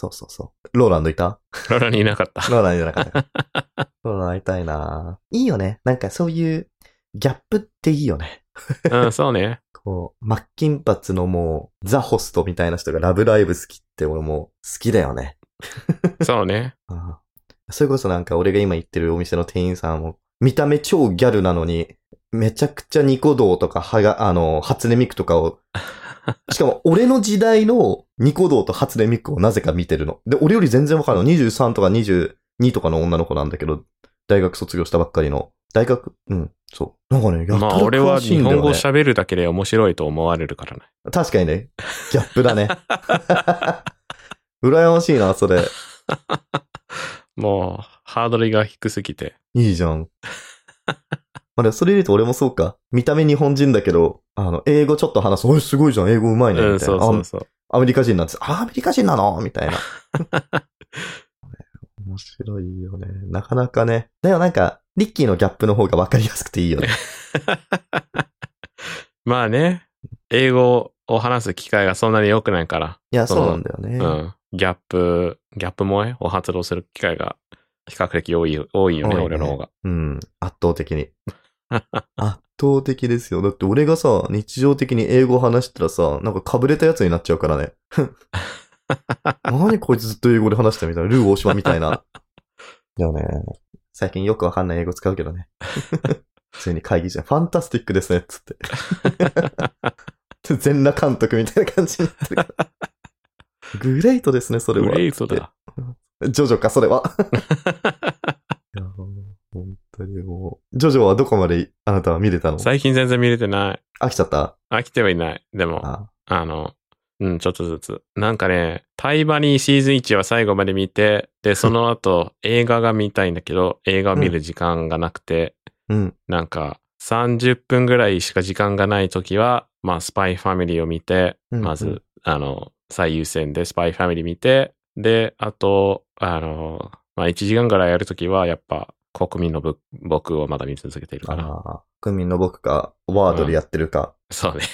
Speaker 2: そうそうそう。ローランドいた
Speaker 1: ローラにいなかった。
Speaker 2: ローランドじゃなかったか。ローランド会いたいないいよね。なんかそういう、ギャップっていいよね。
Speaker 1: うん、そうね。
Speaker 2: こう、真っ金髪のもう、ザホストみたいな人がラブライブ好きって俺も好きだよね。
Speaker 1: そうね。
Speaker 2: うんそれこそなんか俺が今行ってるお店の店員さんも、見た目超ギャルなのに、めちゃくちゃニコ動とか、はが、あの、初音ミクと かを、しかも俺の時代のニコ動と初音ミクをなぜか見てるの。で、俺より全然わかるの。23とか22とかの女の子なんだけど、大学卒業したばっかりの。大学、うん、そう。なんかね、やった
Speaker 1: ま
Speaker 2: ら
Speaker 1: あ、俺
Speaker 2: 詳
Speaker 1: は
Speaker 2: しい
Speaker 1: 日
Speaker 2: んだ
Speaker 1: 本
Speaker 2: よ
Speaker 1: 語
Speaker 2: ね。
Speaker 1: 喋るだけで面白いと思われるからね。
Speaker 2: 確かにね、ギャップだ ね。羨ましいな、それ。
Speaker 1: もう、ハードルが低すぎて。
Speaker 2: いいじゃん。 まあでもそれで言うと俺もそうか。見た目日本人だけど、あの、英語ちょっと話す。おい、すごいじゃん。英語うまいね。
Speaker 1: う
Speaker 2: み
Speaker 1: ん、
Speaker 2: たい
Speaker 1: そ
Speaker 2: な
Speaker 1: うそうそう。
Speaker 2: あアメリカ人なんです。あ、アメリカ人なのみたい な。面白いよね。なかなかね。でもなんか、リッキーのギャップの方が分かりやすくていいよね。
Speaker 1: まあね、英語を話す機会がそんなに良くないから、
Speaker 2: いや、
Speaker 1: そ
Speaker 2: そううなんだよね。
Speaker 1: うん。ギャップ、ギャップ萌えを発動する機会が比較的多い、多いよね、
Speaker 2: 多いね
Speaker 1: 俺の方が。
Speaker 2: うん。圧倒的 に。圧倒的ですよ。だって俺がさ、日常的に英語を話したらさ、なんか被れたやつになっちゃうか らね。何こいつずっと英語で話したみたいな。ルー大島みたいな。だよね。最近よくわかんない英語使うけどね。普通に会議じゃん。ファンタスティックですね、つ って。全裸監督みたいな感じになってるから。グレートですね、それは。
Speaker 1: グレートだ。
Speaker 2: ジョジョか、それは。いやー本当にもう。ジョジョはどこまであなたは見れたの飽
Speaker 1: 最近全然見れてない。
Speaker 2: きちゃった
Speaker 1: 飽きてはいない。でも、あ
Speaker 2: あ
Speaker 1: の、うん、ちょっとずつ。なんかね、タイバニーシーズン1は最後まで見て、で、その 後、映画が見たいんだけど、映画を見る時間がなくて、
Speaker 2: うん。
Speaker 1: なんか、30分ぐらいしか時間がないときは、まあ、スパイファミリーを見て、
Speaker 2: うん
Speaker 1: まず、
Speaker 2: うん
Speaker 1: あの、最優先でスパイファミリー見て、で、あと、あの、まあ、1時間ぐらいやるときは、やっぱ、国民のぶ僕をまだ見続けているか
Speaker 2: あ
Speaker 1: な。
Speaker 2: ら、国民の僕か、ワードルやってるか。
Speaker 1: そうね。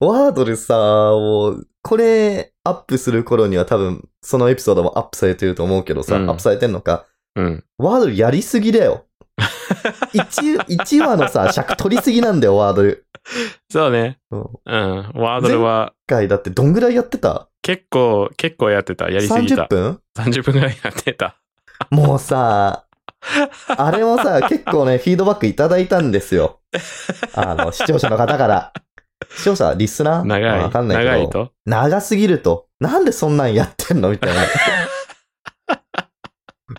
Speaker 2: ワードルさ、もう、これ、アップする頃には多分、そのエピソードもアップされてると思うけどさ、
Speaker 1: うん
Speaker 2: アップされてんのか。
Speaker 1: うん。
Speaker 2: ワードルやりすぎだよ。1, 一話のさ、尺取りすぎなんだよ、ワードル。
Speaker 1: そうね。
Speaker 2: うん
Speaker 1: うん。ワードルは、
Speaker 2: 回だって、どんぐらいやってた
Speaker 1: 結構、結構やってた。やりすぎた。
Speaker 2: ?30 分
Speaker 1: 30分ぐらいやってた。
Speaker 2: もうさ、あれ もさ、結構ね、フィードバックいただいたんですよ。あの、視聴者の方から。視聴者、リスナーまあ
Speaker 1: 長
Speaker 2: わ
Speaker 1: い。
Speaker 2: かんないけど。
Speaker 1: 長いと
Speaker 2: 長すぎると。なんでそんなんやってんのみた いな。い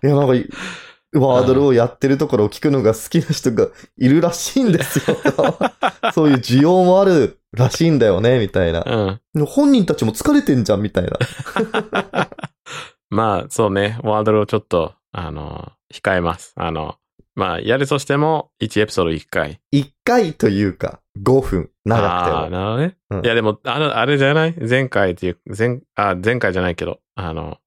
Speaker 2: や、なんか、ワードルをやってるところを聞くのが好きな人がいるらしいんです よ。そういう需要もあるらしいんだよね、みたいな。
Speaker 1: うん。
Speaker 2: でも本人たちも疲れてんじゃん、みたいな。
Speaker 1: まあ、そうね。ワードルをちょっと、あの、控えます。あの、まあ、やるとしても、1エピソード1回。
Speaker 2: 1回というか、5分、
Speaker 1: ああー、
Speaker 2: 長くても。
Speaker 1: なるほどね。
Speaker 2: うん
Speaker 1: いや、でも、あの、あれじゃない前回っていう、前、あ、前回じゃないけど、あの、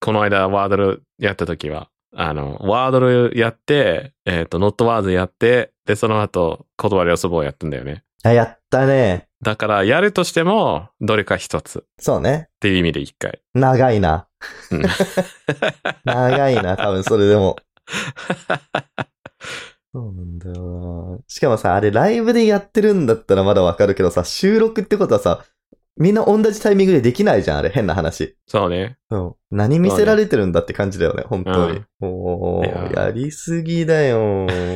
Speaker 1: この間ワードルやった時は、あの、ワードルやって、えっ、と、ノットワードやって、で、その後、断り遊ぼうやったんだよね。
Speaker 2: あやったね。
Speaker 1: だから、やるとしても、どれか一つっ
Speaker 2: そうね。
Speaker 1: ていう意味で一回。
Speaker 2: 長いな。
Speaker 1: うん
Speaker 2: 長いな、多分それでも。 そうなんだよな。しかもさ、あれライブでやってるんだったらまだわかるけどさ、収録ってことはさ、みんな同じタイミングでできないじゃん、あれ。変な話。
Speaker 1: そうね。
Speaker 2: そう何見せられてるんだって感じだよね、本当に。も
Speaker 1: いや
Speaker 2: う、やりすぎだよ。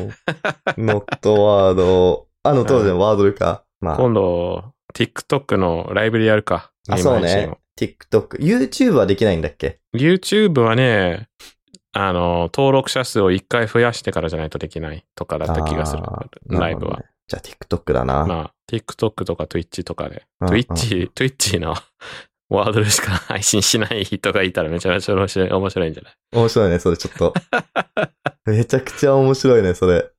Speaker 2: ノットワード。あの、当然ワードルか。まあ、
Speaker 1: 今度、TikTok のライブでやるか。
Speaker 2: あ、そう
Speaker 1: ライブ
Speaker 2: ね。TikTok。YouTube はできないんだっけ
Speaker 1: 配信を YouTube はね、あの、登録者数を一回増やしてからじゃないとできないとかだった気がする
Speaker 2: あ。ー
Speaker 1: ライブは。
Speaker 2: なるほどねじゃあ TikTok だな。
Speaker 1: まあ、TikTok とか Twitch とかで、
Speaker 2: うんうん
Speaker 1: Twitch、Twitch のワードでしか配信しない人がいたらめちゃめちゃ面白い面白いんじゃない
Speaker 2: 面白いね、それちょ っと。めちゃくちゃ面白いね、それ。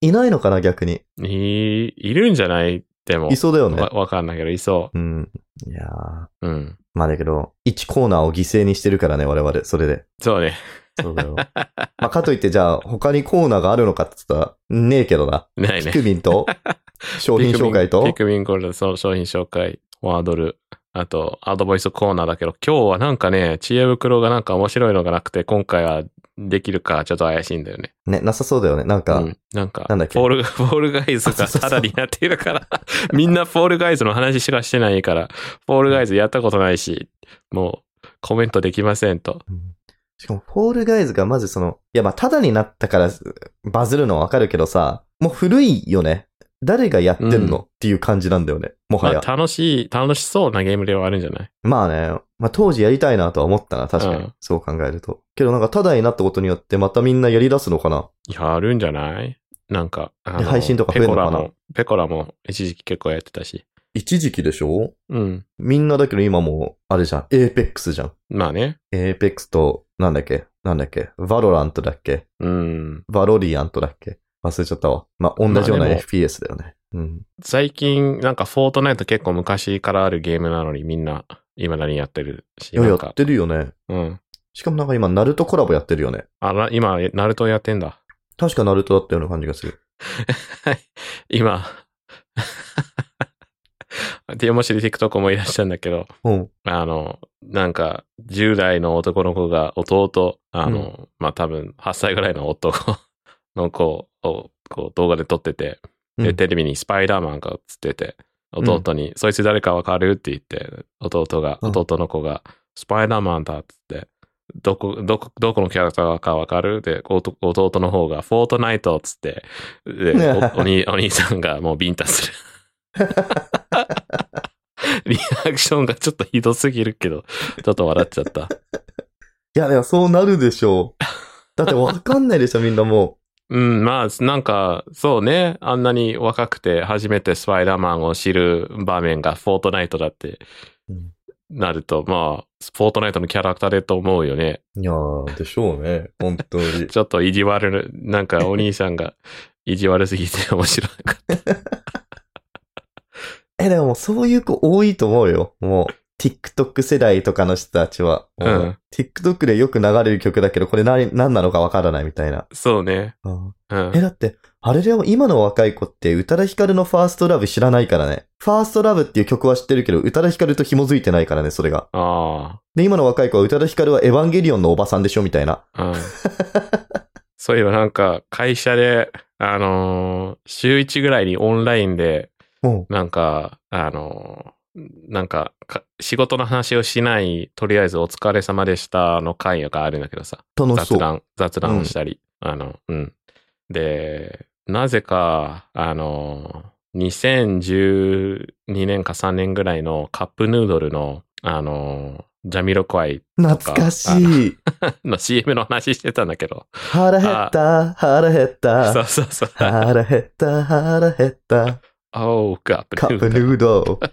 Speaker 2: いないのかな、逆に。
Speaker 1: いいるんじゃないでも
Speaker 2: い、そうだよね
Speaker 1: わ。わかんないけど、いそ
Speaker 2: うん。いやー。
Speaker 1: う。うん。
Speaker 2: まあだけど、1コーナーを犠牲にしてるからね、我々、それで。
Speaker 1: そうね。
Speaker 2: そう だよ。まあかといって、じゃあ、他にコーナーがあるのかって言ったら、ねえけどな。
Speaker 1: ない
Speaker 2: ピ
Speaker 1: ね。
Speaker 2: クミ ンと、商品紹介
Speaker 1: ピ
Speaker 2: と、
Speaker 1: クミンゴールド、その商品紹介、ワードル、あと、アドバイスコーナーだけど、今日はなんかね、知恵袋がなんか面白いのがなくて、今回はできるか、ちょっと怪しいんだよね。
Speaker 2: ね、なさそうだよね。なんか、
Speaker 1: うんなんか、
Speaker 2: なんだっけ
Speaker 1: フォール、 フォールガイズ
Speaker 2: あそ
Speaker 1: が
Speaker 2: うそうそう
Speaker 1: タダになっているから、みんなフォールガイズの話しかしてないから、フォールガイズやったことないし、もう、コメントできませんと。
Speaker 2: うんしかも、フォールガイズがまずその、いやまあ、ただになったからバズるのはわかるけどさ、もう古いよね。誰がやってんの、
Speaker 1: う
Speaker 2: っていう感じなんだよね。も
Speaker 1: ま
Speaker 2: は
Speaker 1: あ、
Speaker 2: や。
Speaker 1: 楽しい、楽しそうなゲームではあるんじゃない
Speaker 2: まあね、まあ当時やりたいなとは思ったな、確かに。
Speaker 1: うん
Speaker 2: そう考えると。けどなんかただになったことによってまたみんなやり出すのかな
Speaker 1: やるんじゃないなんか、あ
Speaker 2: で配信とか増え
Speaker 1: ペ
Speaker 2: るの
Speaker 1: コ
Speaker 2: かな
Speaker 1: ラも、ペコラも一時期結構やってたし。
Speaker 2: 一時期でしょ
Speaker 1: うん。
Speaker 2: みんなだけど今もう、あれじゃん、エーペックスじゃん。
Speaker 1: まあね。
Speaker 2: エーペックスと、なんだっけなんだっけバロラントだっけ
Speaker 1: うん。
Speaker 2: バロリアントだっけ忘れちゃったわ。まあ同じような
Speaker 1: まあでも
Speaker 2: FPS だよね。うん。
Speaker 1: 最近、なんか、フォートナイト結構昔からあるゲームなのに、みんな、今何やってるし、
Speaker 2: いや、
Speaker 1: な
Speaker 2: や
Speaker 1: ん
Speaker 2: っ
Speaker 1: か、
Speaker 2: てるよね。
Speaker 1: うん。
Speaker 2: しかもなんか今、ナルトコラボやってるよね。
Speaker 1: あら、今、ナルトやってんだ。
Speaker 2: 確かナルトだったような感じがする。
Speaker 1: 今、 で、面白い TikTok 思い出したんだけど、
Speaker 2: うん。
Speaker 1: あの、なんか、10代の男の子が弟、あの、まあ、多分、8歳ぐらいの男の子を、こう、動画で撮ってて、
Speaker 2: う
Speaker 1: で、
Speaker 2: ん
Speaker 1: テレビにスパイダーマンが映ってて、
Speaker 2: ん
Speaker 1: 弟に、そいつ誰かわかるって言って、弟が、
Speaker 2: うん
Speaker 1: 弟の子が、スパイダーマンだっつって、どこ、どこ、どこのキャラクターかわかるで、弟弟の方が、フォートナイトっつって、で、おお兄お兄さんがもうビンタ する。リアクションがちょっとひどすぎるけど、ちょっと笑っちゃった。
Speaker 2: いや、いや、そうなるでしょ う。だってわかんないでしょ、みんなも
Speaker 1: うん、まあ、なんか、そうね。あんなに若くて初めてスパイダーマンを知る場面がフォートナイトだって
Speaker 2: うん、
Speaker 1: なると、まあ、フォートナイトのキャラクターでと思うよね。
Speaker 2: う。いやー、でしょうね。本当に。
Speaker 1: ちょっと意地悪な、なんかお兄さんが 意地悪すぎて面白かった。
Speaker 2: え、でもそういう子多いと思うよ。もう、TikTok 世代とかの人たちは。も
Speaker 1: う
Speaker 2: う
Speaker 1: ん
Speaker 2: TikTok でよく流れる曲だけど、これ何、何なのかわからないみたいな。
Speaker 1: そうね。うん
Speaker 2: え、。だって、あれでも今の若い子って、宇多田ヒカルのファーストラブ知らないからね。ファーストラブっていう曲は知ってるけど、宇多田ヒカルと紐づいてないからね、それが。
Speaker 1: あ
Speaker 2: で、今の若い子は宇多田ヒカルはエヴァンゲリオンのおばさんでしょみたいな。
Speaker 1: あ。うん。そういえばなんか、会社で、あのー週1ぐらいにオンラインで、
Speaker 2: も
Speaker 1: なんか、あの、なんかか仕事の話をしない、とりあえずお疲れ様でしたの会があるんだけどさ、
Speaker 2: 楽し
Speaker 1: 雑
Speaker 2: そう。
Speaker 1: 談、雑談をしたり、あの、うん。で、なぜか、あの、2012年か3年ぐらいのカップヌードルの、あの、ジャミロクワイ
Speaker 2: 懐かしい。
Speaker 1: の CM の話してたんだけど、
Speaker 2: 腹減った、腹減っ
Speaker 1: そう
Speaker 2: た。
Speaker 1: そうそう。
Speaker 2: 腹減った、腹減った。
Speaker 1: おう、カッ
Speaker 2: カ
Speaker 1: プヌ
Speaker 2: ッ
Speaker 1: ード
Speaker 2: プ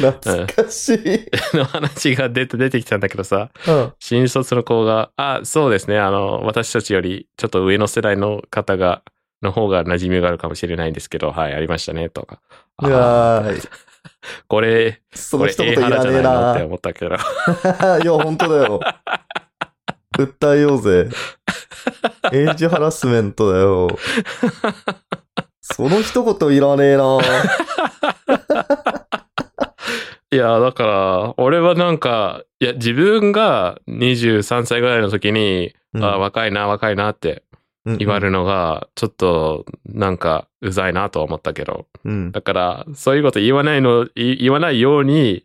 Speaker 1: ル
Speaker 2: ヌードル。懐かしい。
Speaker 1: の話が出て出てきたんだけどさ、
Speaker 2: うん
Speaker 1: 新卒の子が、あ、そうですね、あの、私たちよりちょっと上の世代の方が、の方が馴染みがあるかもしれないんですけど、はい、ありましたね、とか。
Speaker 2: うわ
Speaker 1: あ
Speaker 2: ーい
Speaker 1: ーこれ、
Speaker 2: そ
Speaker 1: こ
Speaker 2: の
Speaker 1: れ
Speaker 2: 一、言
Speaker 1: ええ
Speaker 2: いら
Speaker 1: 腹じゃ
Speaker 2: ね
Speaker 1: な
Speaker 2: え
Speaker 1: いのって
Speaker 2: な。
Speaker 1: 思ったけど、
Speaker 2: いや、本当だよ。訴えようぜ。エイジハラスメントだよ。その一言いらねえな。
Speaker 1: いや、だから、俺はなんか、いや、自分が23歳ぐらいの時に、 あ若いな、若いなって言われ
Speaker 2: る。
Speaker 1: るのが、ちょっと、なんか、うざいなとは思ったけど、
Speaker 2: うん
Speaker 1: だから、そういうこと言わないの、い言わないように、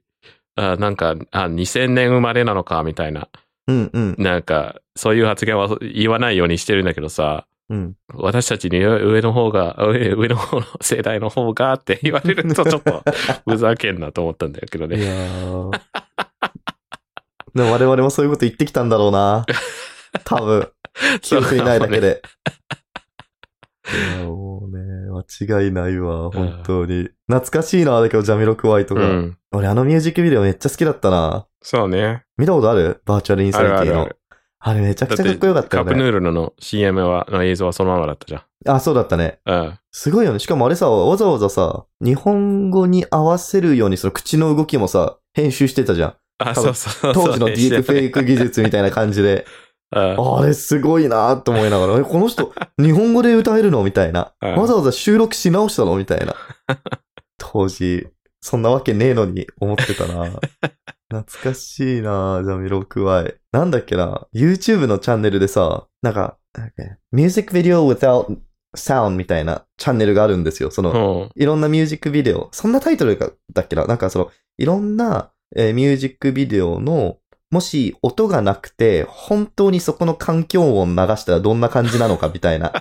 Speaker 1: あなんか、あ、2000年生まれなのか、みたいな。
Speaker 2: うんうん
Speaker 1: なんか、そういう発言は言わないようにしてるんだけどさ、
Speaker 2: うん。
Speaker 1: 私たちに上の方が、上上の方の世代の方がって言われ るとちょっと、ふざけんなと思ったんだけど
Speaker 2: いや
Speaker 1: ね。
Speaker 2: ー でも我々もそういうこと言ってきたんだろうな。多 分。記憶にないだけで。いやもうね、間違いないわ、本当に。懐かしいな、だけど、ジャミロクワイと
Speaker 1: う
Speaker 2: か。
Speaker 1: ん。
Speaker 2: 俺、あのミュージックビデオめっちゃ好きだったな。
Speaker 1: そうね。
Speaker 2: 見たことあるバーチャルインサ
Speaker 1: あ
Speaker 2: ニ
Speaker 1: るあ
Speaker 2: ティの。あ
Speaker 1: る
Speaker 2: れ
Speaker 1: ある。
Speaker 2: めちゃくちゃかっこよかった
Speaker 1: カ
Speaker 2: よ
Speaker 1: ップヌ
Speaker 2: ね。
Speaker 1: ードルの CM は、の映像はそのままだったじ
Speaker 2: あ、そうだったね。
Speaker 1: ゃん。うん。
Speaker 2: すごいよね。しかもあれさ、わざわざさ、日本語に合わせるようにその口の動きもさ、編集してたじゃん。
Speaker 1: あ、
Speaker 2: 多
Speaker 1: そう
Speaker 2: 分
Speaker 1: そうそう。
Speaker 2: 当時のディープフェイク技術みたいな感じ で。
Speaker 1: うん。
Speaker 2: あれすごいなと思いながら、え、この人、日本語で歌えるのみたいな。
Speaker 1: うん
Speaker 2: わざわざ収録し直したのみた いな。当時、そんなわけねえのに思ってたな 懐かしいなジャミロクワイ。なんだっけな ?YouTube のチャンネルでさ、なんか、なんだっけ Music Video Without Sound みたいなチャンネルがあるんですよ。その、
Speaker 1: うん。
Speaker 2: いろんなミュージックビデオ、そんなタイトルがだっけななんかその、いろんな、えーミュージックビデオの、もし音がなくて、本当にそこの環境音流したらどんな感じなのかみた いな。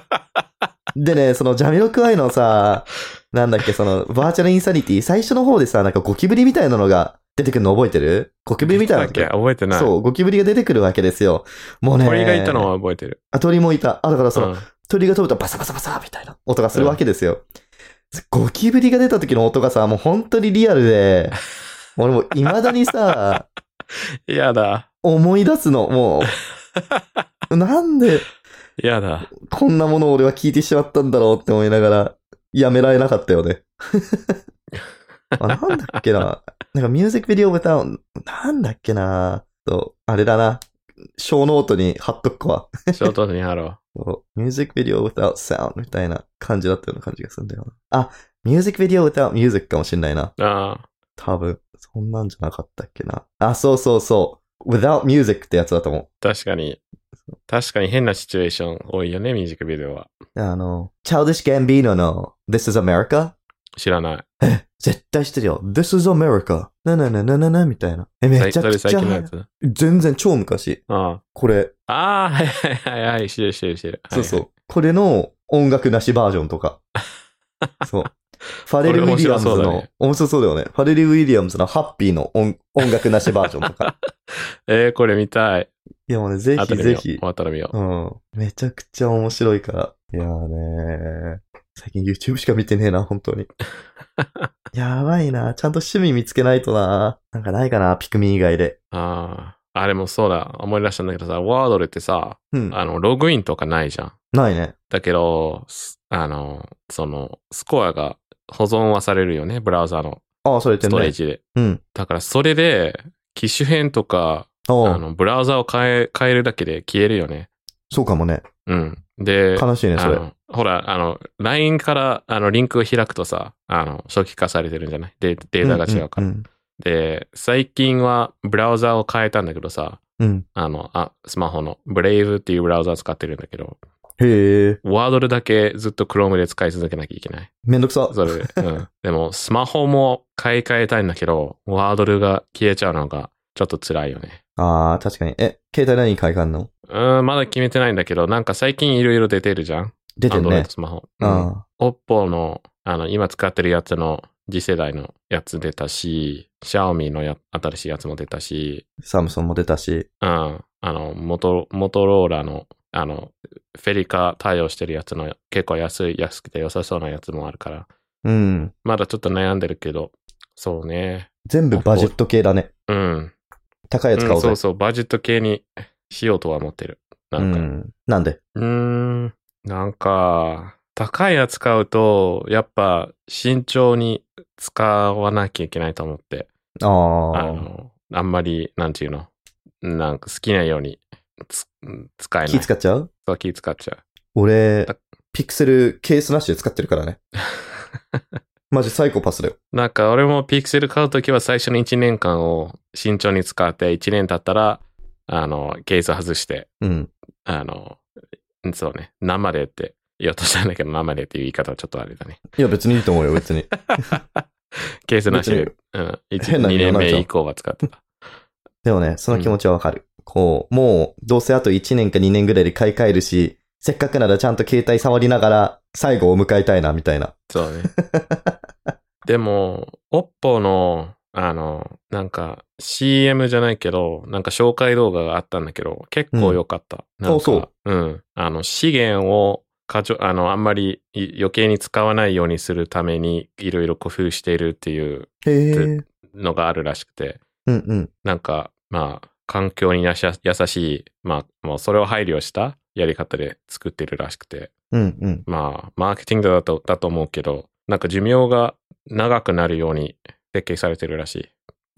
Speaker 2: でね、そのジャミロクワイのさ、なんだっけ、その、バーチャルインサニティ、最初の方でさ、なんかゴキブリみたいなのが出てくるの覚えてるゴキブリみたいな
Speaker 1: だ
Speaker 2: の
Speaker 1: っけ覚えてない。
Speaker 2: そう、ゴキブリが出てくるわけですよ。もうね。
Speaker 1: 鳥がいたのは覚えてる。
Speaker 2: あ、鳥もいた。あ、だからその、
Speaker 1: うん
Speaker 2: 鳥が飛ぶとバサバサバサみたいな音がするわけですよ。ゴキブリが出た時の音がさ、もう本当にリアル で、俺も未だにさ、
Speaker 1: やだ。
Speaker 2: 思い出すの、も う。なんで
Speaker 1: やだ。
Speaker 2: こんなものを俺は聞いてしまったんだろうって思いながら、やめられなかったよ ね。あなんだっけな。なんかミュージックビデオボタン、なんだっけな。とあれだな。小ノートに貼っとくわ。
Speaker 1: ショートに貼ろ
Speaker 2: ミュージックビデオ without sound みたいな感じだったような感じがするんだよな。あ、ミュージックビデオ without music かもしんないな。
Speaker 1: う。 あ
Speaker 2: 多分、そんなんじゃなかったっけな。あ、そうそうそう。without music ってやつだと思
Speaker 1: あ、確かに。確かに変なシチュエーション多いよね、ミュージックビデオは。
Speaker 2: う。あの、Childish Gambino の This is America?
Speaker 1: 知らない。
Speaker 2: 絶対知ってるよ。This is America. ななななななみたいな。え、めちゃ
Speaker 1: それ
Speaker 2: く
Speaker 1: 最
Speaker 2: ちゃ
Speaker 1: 近の
Speaker 2: 流
Speaker 1: や
Speaker 2: 行、
Speaker 1: つ
Speaker 2: 全然超昔。
Speaker 1: あ
Speaker 2: これ、
Speaker 1: あ。ああ、はいはいはいはい、知る知る知る。
Speaker 2: そうそう。これの音楽なしバージョン とか。そう。ファレル・ウィリアムズ
Speaker 1: これ面白そうだ
Speaker 2: の
Speaker 1: ね、
Speaker 2: 面白そうだよね。ファレル・ウィリアムズのハッピーの音音楽なしバージョンと か。
Speaker 1: はいはい。えー、これ見たい。
Speaker 2: いやもうね、ぜ
Speaker 1: 後で
Speaker 2: ひ
Speaker 1: 見
Speaker 2: ぜ
Speaker 1: よう。
Speaker 2: ひ
Speaker 1: 終。わったら見よう。
Speaker 2: うん。めちゃくちゃ面白いから。いやーねー。最近 YouTube しか見てねえな、本当 に。やばいな。ちゃんと趣味見つけないとな。なんかないかな、ピクミン以外で。
Speaker 1: ああ。あれもそうだ。思い出したんだけどさ、ワードルってさ、
Speaker 2: うん。
Speaker 1: あの、ログインとかないじゃん。
Speaker 2: ないね。
Speaker 1: だけど、すあの、その、スコアが保存はされるよね、ブラウザの
Speaker 2: ああ、それって
Speaker 1: ストレー
Speaker 2: ね。
Speaker 1: ジで。
Speaker 2: うん。
Speaker 1: だから、それで、機種変とか、
Speaker 2: あ
Speaker 1: あ
Speaker 2: あ、
Speaker 1: の、ブラウザを変え、変えるだけで消えるよね。
Speaker 2: そうかもね。
Speaker 1: うん。で、
Speaker 2: 悲しいね、
Speaker 1: あ
Speaker 2: それ。
Speaker 1: の、ほら、あの、LINE から、あの、リンクを開くとさ、あの、初期化されてるんじゃないデデータが違うから。
Speaker 2: んん
Speaker 1: で、最近は、ブラウザを変えたんだけどさ、
Speaker 2: うん。
Speaker 1: あの、あ、スマホの、Brave っていうブラウザ使ってるんだけど、
Speaker 2: へえ。
Speaker 1: ワードルだけずっと Chrome で使い続けなきゃいけない。
Speaker 2: めんどくさ。
Speaker 1: それで。 うん。でも、スマホも買い替えたいんだけど、ワードルが消えちゃうのがちょっと辛いよね。
Speaker 2: ああ、確かに。え、携帯何買い換えんの
Speaker 1: うん、まだ決めてないんだけど、なんか最近いろいろ出てるじゃん
Speaker 2: 出てる
Speaker 1: Android
Speaker 2: ね。
Speaker 1: スマホ。
Speaker 2: う。ん。
Speaker 1: OPPO の、あの、今使ってるやつの次世代のやつ出たし、Xiaomi のや新しいやつも出たし、
Speaker 2: サムソンも出たし。
Speaker 1: うん。あの、モト、モトローラの、あの、フェリカ対応してるやつの結構安い、安くて良さそうなやつもあるから、
Speaker 2: うん。
Speaker 1: まだちょっと悩んでるけど、そうね。
Speaker 2: 全部バジェット系だね。
Speaker 1: うん。
Speaker 2: 高いやつ買お
Speaker 1: うん
Speaker 2: う
Speaker 1: そ
Speaker 2: ぜ
Speaker 1: う。そう、バジェット系にしようとは思ってる。な
Speaker 2: うん
Speaker 1: か、
Speaker 2: ん。なんで
Speaker 1: うーん、なんか、高いやつ買うと、やっぱ慎重に使わなきゃいけないと思って、あ
Speaker 2: ああ。
Speaker 1: の、あんまり、なんていうの、なんか好きなようにつ使えない。
Speaker 2: 気使っちゃう
Speaker 1: そう気使っちゃ
Speaker 2: 俺
Speaker 1: だ、
Speaker 2: ピクセルケースなしで使ってるか らね。マジサイコパスだよ。
Speaker 1: う。なんか俺もピクセル買うときは最初の1年間を慎重に使って、1年経ったら、あの、ケース外して、
Speaker 2: うん。
Speaker 1: あの、そうね、生でって言おうとしたんだけど、生でっていう言い方はちょっとあれだね。
Speaker 2: いや、別にいいと思う よ、別に。
Speaker 1: ケースなし
Speaker 2: 別
Speaker 1: で、うん、1、
Speaker 2: 変な
Speaker 1: 2
Speaker 2: 理
Speaker 1: 年
Speaker 2: 由になっちゃう
Speaker 1: 目以降は使ってた。
Speaker 2: でもね、その気持ちはわかる。こう、もう、どうせあと1年か2年ぐらいで買い替えるし、せっかくならちゃんと携帯触りながら、最後を迎えたいな、みたいな。
Speaker 1: そうね。でも、OPPO の、あの、なんか CM じゃないけど、なんか紹介動画があったんだけど、結構良かった。なんか
Speaker 2: そう
Speaker 1: うん。あの、資源を、過剰あの、あんまりい余計に使わないようにするために、いろいろ工夫しているっていう
Speaker 2: へえ。
Speaker 1: ーのがあるらしくて、
Speaker 2: うんうん。
Speaker 1: なんか、まあ、環境にやし優しい、まあ、もうそれを配慮したやり方で作ってるらしくて、
Speaker 2: うんうん。
Speaker 1: まあ、マーケティングだと、だと思うけど、なんか寿命が長くなるように設計されてるらしい。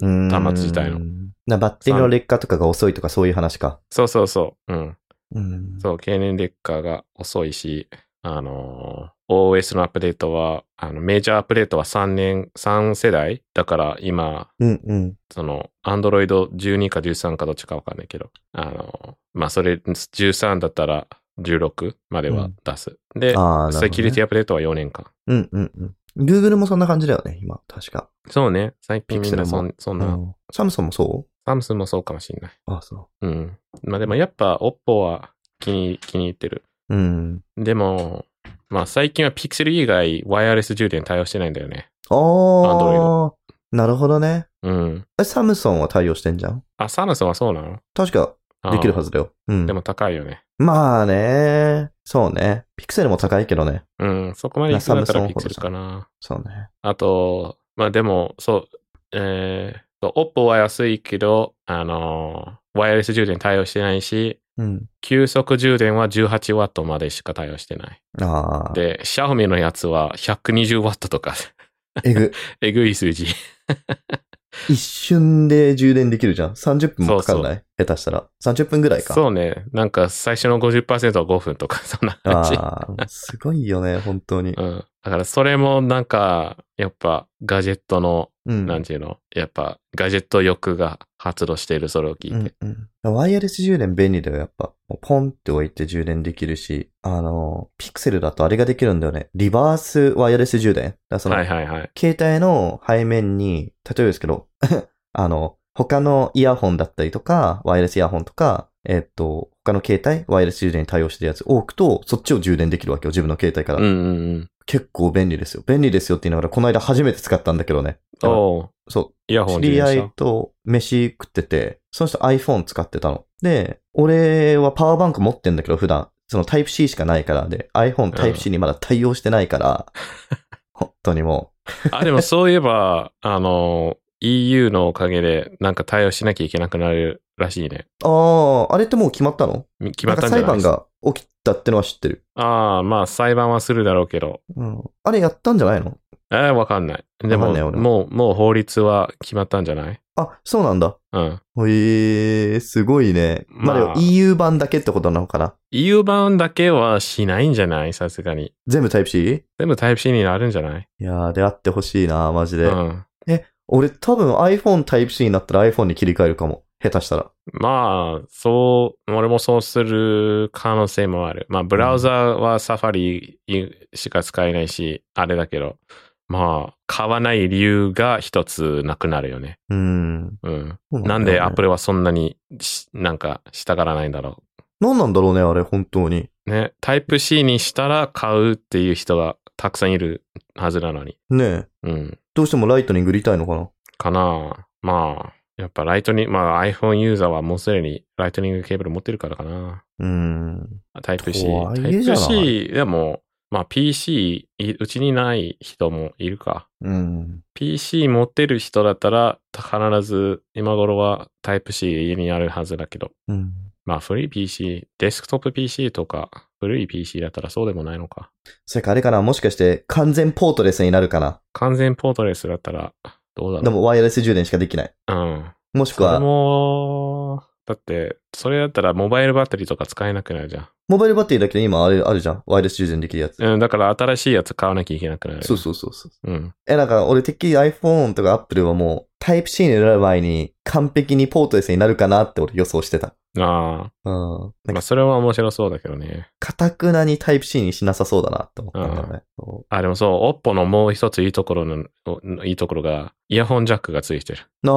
Speaker 2: うーん
Speaker 1: 端末自体の。
Speaker 2: なバッテリーの劣化とかが遅いとかそういう話か。
Speaker 1: そうそうそう。うん。
Speaker 2: うん。
Speaker 1: そう、経年劣化が遅いし、あのー OS のアップデートは、あの、メジャーアップデートは3年、3世代だから今、
Speaker 2: うんうん。
Speaker 1: その、アンドロイド12か13かどっちかわかんないけど、あの、まあ、それ、13だったら16までは出す。で、
Speaker 2: ああ、なるほど、ね。
Speaker 1: セキュリティアップデートは4年間。
Speaker 2: うんうんうん。Google もそんな感じだよね、今、確か。
Speaker 1: そうね。最近みんなそんそん
Speaker 2: う
Speaker 1: な、
Speaker 2: ん。サムソンもそ
Speaker 1: サムスンもそうかもしんない。
Speaker 2: うあそ
Speaker 1: うん。まあ、でもやっぱ、OPPO は気に、気に入ってる。
Speaker 2: う。うん。
Speaker 1: でも、まあ、最近は Pixel 以外、ワイヤレス充電対応してないんだよね。
Speaker 2: ああ
Speaker 1: Android、
Speaker 2: なるほどね。
Speaker 1: うん。
Speaker 2: え、サムソンは対応してんじゃん
Speaker 1: あ、サムスンはそうなの
Speaker 2: 確か、できるは
Speaker 1: ず。
Speaker 2: ずだよ。うん。
Speaker 1: でも高いよね。
Speaker 2: まあね。そうね。ピクセルも高いけどね。
Speaker 1: うん。そこまでいくんだったら
Speaker 2: まあサムスンほど
Speaker 1: Pixel かな。
Speaker 2: そうね。
Speaker 1: あと、まあでも、そう、えーと、OPPO は安いけど、あのーワイヤレス充電対応してないし、
Speaker 2: うん。
Speaker 1: 急速充電は 18W までしか対応してない。
Speaker 2: ああ。
Speaker 1: で、Xiaomi のやつは 120W とか、
Speaker 2: えぐ。
Speaker 1: えぐい数字。
Speaker 2: 一瞬で充電できるじゃん。30分もかかんない下手したら。30分ぐらいか。
Speaker 1: そうね、なんか最初の50%は5分とか、 そんな感じ。
Speaker 2: ああ、すごいよね、本当に
Speaker 1: う。ん。だからそれもなんか、やっぱガジェットの、
Speaker 2: うん。
Speaker 1: なんていうの、やっぱガジェット欲が発動している、それを聞いて。
Speaker 2: うんうん、ワイヤレス充電便利だよ、やっぱ。もうポンって置いて充電できるし、あの、ピクセルだとあれができるんだよね。リバースワイヤレス充電。だからその、
Speaker 1: はいはいはい。
Speaker 2: 携帯の背面に、例えばですけど、 あの、他のイヤホンだったりとか、ワイヤレスイヤホンとか、えっと、他の携帯、ワイヤレス充電に対応してるやつ多くと、そっちを充電できるわけよ、自分の携帯から。
Speaker 1: うんうんうん。
Speaker 2: 結構便利ですよ。便利ですよって言いながら、この間初めて使ったんだけどね。
Speaker 1: おお
Speaker 2: そう、
Speaker 1: イヤホ
Speaker 2: 知
Speaker 1: ン充
Speaker 2: り
Speaker 1: 電
Speaker 2: 合
Speaker 1: した
Speaker 2: いと飯食ってて、その人 iPhone 使ってたの。で、俺はパワーバンク持ってんだけど、普段。その Type-C しかないから、で、iPhone Type-C にまだ対応してないから、 本当にも
Speaker 1: あ、でもそういえば、あの、EU のおかげで、なんか対応しなきゃいけなくなるらしいね。
Speaker 2: う。ああ、あれってもう決まったの
Speaker 1: み決まったんじゃ
Speaker 2: な
Speaker 1: ない
Speaker 2: んか裁判が起きたってのは知ってる。
Speaker 1: ああ、まあ裁判はするだろうけど。
Speaker 2: うん。あれやったんじゃないの
Speaker 1: えー、わかんない。で
Speaker 2: わか
Speaker 1: も、
Speaker 2: んない俺も
Speaker 1: もう、もう法律は決まったんじゃない
Speaker 2: あ、そうなんだ。
Speaker 1: うん。
Speaker 2: へえー、すごいね。まあ、で
Speaker 1: ま
Speaker 2: も
Speaker 1: あ
Speaker 2: EU 版だけってことなのかな
Speaker 1: EU 版だけはしないんじゃないさすがに。
Speaker 2: 全部 Type-C?
Speaker 1: 全部 Type-C になるんじゃない
Speaker 2: いやー、であってほしいな、マジで。
Speaker 1: うん。
Speaker 2: 俺多分 iPhone Type-C になったら iPhone に切り替えるかも。下手したら。
Speaker 1: まあ、そう、俺もそうする可能性もある。まあ、ブラウザはサファリしか使えないし、あれだけど、まあ、買わない理由が一つなくなるよね。
Speaker 2: うん。
Speaker 1: うん。なんでアップ
Speaker 2: ル。
Speaker 1: ルはそんなにし、なんか、したがらないんだろ
Speaker 2: 何なんだろうね、あれ、本当に。
Speaker 1: う。ね、タイプ C にしたら買うっていう人がたくさんいるはずなのに。
Speaker 2: ねえ。
Speaker 1: うん。
Speaker 2: どうしてもライトニング売りたいのかな
Speaker 1: かなまあ、やっぱライトニング、まあ iPhone ユーザーはもうすでにライトニングケーブル持ってるからかな。
Speaker 2: うん。
Speaker 1: タイプ C
Speaker 2: と。はい
Speaker 1: タ
Speaker 2: え
Speaker 1: イ
Speaker 2: じゃ
Speaker 1: プ
Speaker 2: ない
Speaker 1: C でも、まあ PC、いうちにない人もいるか。
Speaker 2: うん。
Speaker 1: PC 持ってる人だったら、必ず今頃はタイプ C 家にあるはずだけど。
Speaker 2: うん。
Speaker 1: まあ古い PC、デスクトップ PC とか、古い PC だったらそうでもないのか。
Speaker 2: それかあれかなもしかして完全ポートレスになるかな
Speaker 1: 完全ポートレスだったら、どうだろう。
Speaker 2: でもワイヤレス充電しかできない。
Speaker 1: うん。
Speaker 2: もしく
Speaker 1: それ
Speaker 2: は、
Speaker 1: も、だって、それだったらモバイルバッテリーとか使えなくなるじゃん。
Speaker 2: モバイルバッテリーだけで今あれあるじゃんワイヤレス充電できるやつ。
Speaker 1: うん、だから新しいやつ買わなきゃいけなくなる。
Speaker 2: そうそうそうそう。
Speaker 1: う。うん。
Speaker 2: え、なんか俺てっきり iPhone とか Apple はもうタイプ C になる前に完璧にポートレスになるかなって俺予想してた。
Speaker 1: あ
Speaker 2: うん。
Speaker 1: あ、
Speaker 2: なん
Speaker 1: まあ
Speaker 2: か、
Speaker 1: それは面白そうだけどね。
Speaker 2: かたくなにタイプ C にしなさそうだなって思ったんだよね。そ
Speaker 1: あ、でもそう、Oppo のもう一ついいところの、おいいところが、イヤホンジャックがついてる。
Speaker 2: うの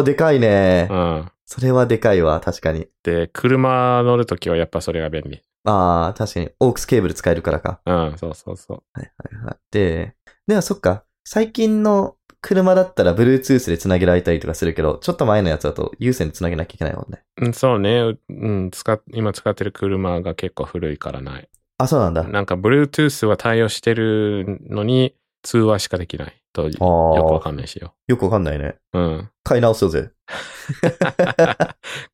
Speaker 2: ー、でかいね
Speaker 1: う。ん。
Speaker 2: それはでかいわ、確かに。
Speaker 1: で、車乗るときはやっぱそれが便利。
Speaker 2: あー、確かに。オークスケーブル使えるからか。
Speaker 1: うん、そうそうそう。
Speaker 2: あって、ではそっか、最近の車だったら Bluetooth で繋げられたりとかするけど、ちょっと前のやつだと有線で繋げなきゃいけないもんね。
Speaker 1: うん、そうね。ううん、使っ、今使ってる車が結構古いからない。
Speaker 2: あ、そうなんだ。
Speaker 1: なんか、Bluetooth は対応してるのに、通話しかできない。と、よ
Speaker 2: あ
Speaker 1: くわ
Speaker 2: ー
Speaker 1: かんないしよ。
Speaker 2: よくわかんないね。
Speaker 1: うん。
Speaker 2: 買い直そうぜ。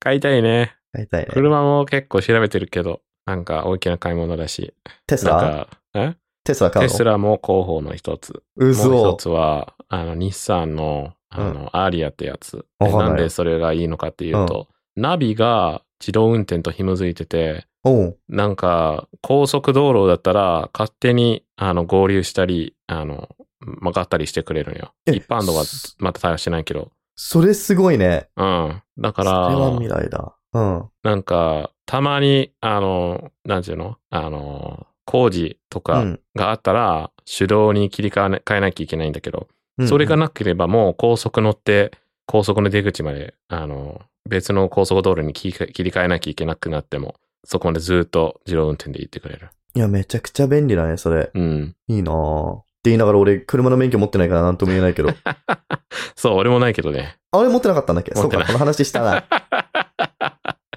Speaker 1: 買いたいね。
Speaker 2: 買いたいね。
Speaker 1: 車も結構調べてるけど、なんか大きな買い物だし。
Speaker 2: テス
Speaker 1: なん
Speaker 2: ラ
Speaker 1: か、え
Speaker 2: テスラ買
Speaker 1: テ
Speaker 2: うの
Speaker 1: スラも候補の一つ。
Speaker 2: う
Speaker 1: もう一
Speaker 2: そ。
Speaker 1: つは、あの、日産の、あの、アーリアってやつ。
Speaker 2: わ
Speaker 1: で
Speaker 2: かんない
Speaker 1: なんでそれがいいのかっていうと、ナビが自動運転と紐づいてて、
Speaker 2: おう。
Speaker 1: なんか、高速道路だったら、勝手に、あの、合流したり、あの、曲がったりしてくれるのよ。
Speaker 2: え
Speaker 1: 一般道は
Speaker 2: そ
Speaker 1: また対応してないけど。
Speaker 2: それすごいね。
Speaker 1: うん。だか
Speaker 2: それは未
Speaker 1: ら、
Speaker 2: 来だ。うん。
Speaker 1: なんか、たまに、あの、なんていうのあの、工事と
Speaker 2: う
Speaker 1: か
Speaker 2: ん
Speaker 1: があったら、手動に切り替えな変えなきゃいけないんだけど、
Speaker 2: うん。
Speaker 1: それがなければもう高速乗って、高速の出口まで、あの、別の高速道路に切り替え切り替えなきゃいけなくなっても、そこまでずっと自動運転で行ってくれる。
Speaker 2: いや、めちゃくちゃ便利だね、それ。
Speaker 1: うん。
Speaker 2: いいなぁ。って言いながら俺、車の免許持ってないからなんとも言 えないけど。
Speaker 1: そう、俺もないけどね。
Speaker 2: あれ持ってなかったんだっけ
Speaker 1: 持
Speaker 2: そ
Speaker 1: っ
Speaker 2: う
Speaker 1: てな
Speaker 2: か、
Speaker 1: い
Speaker 2: この話した な。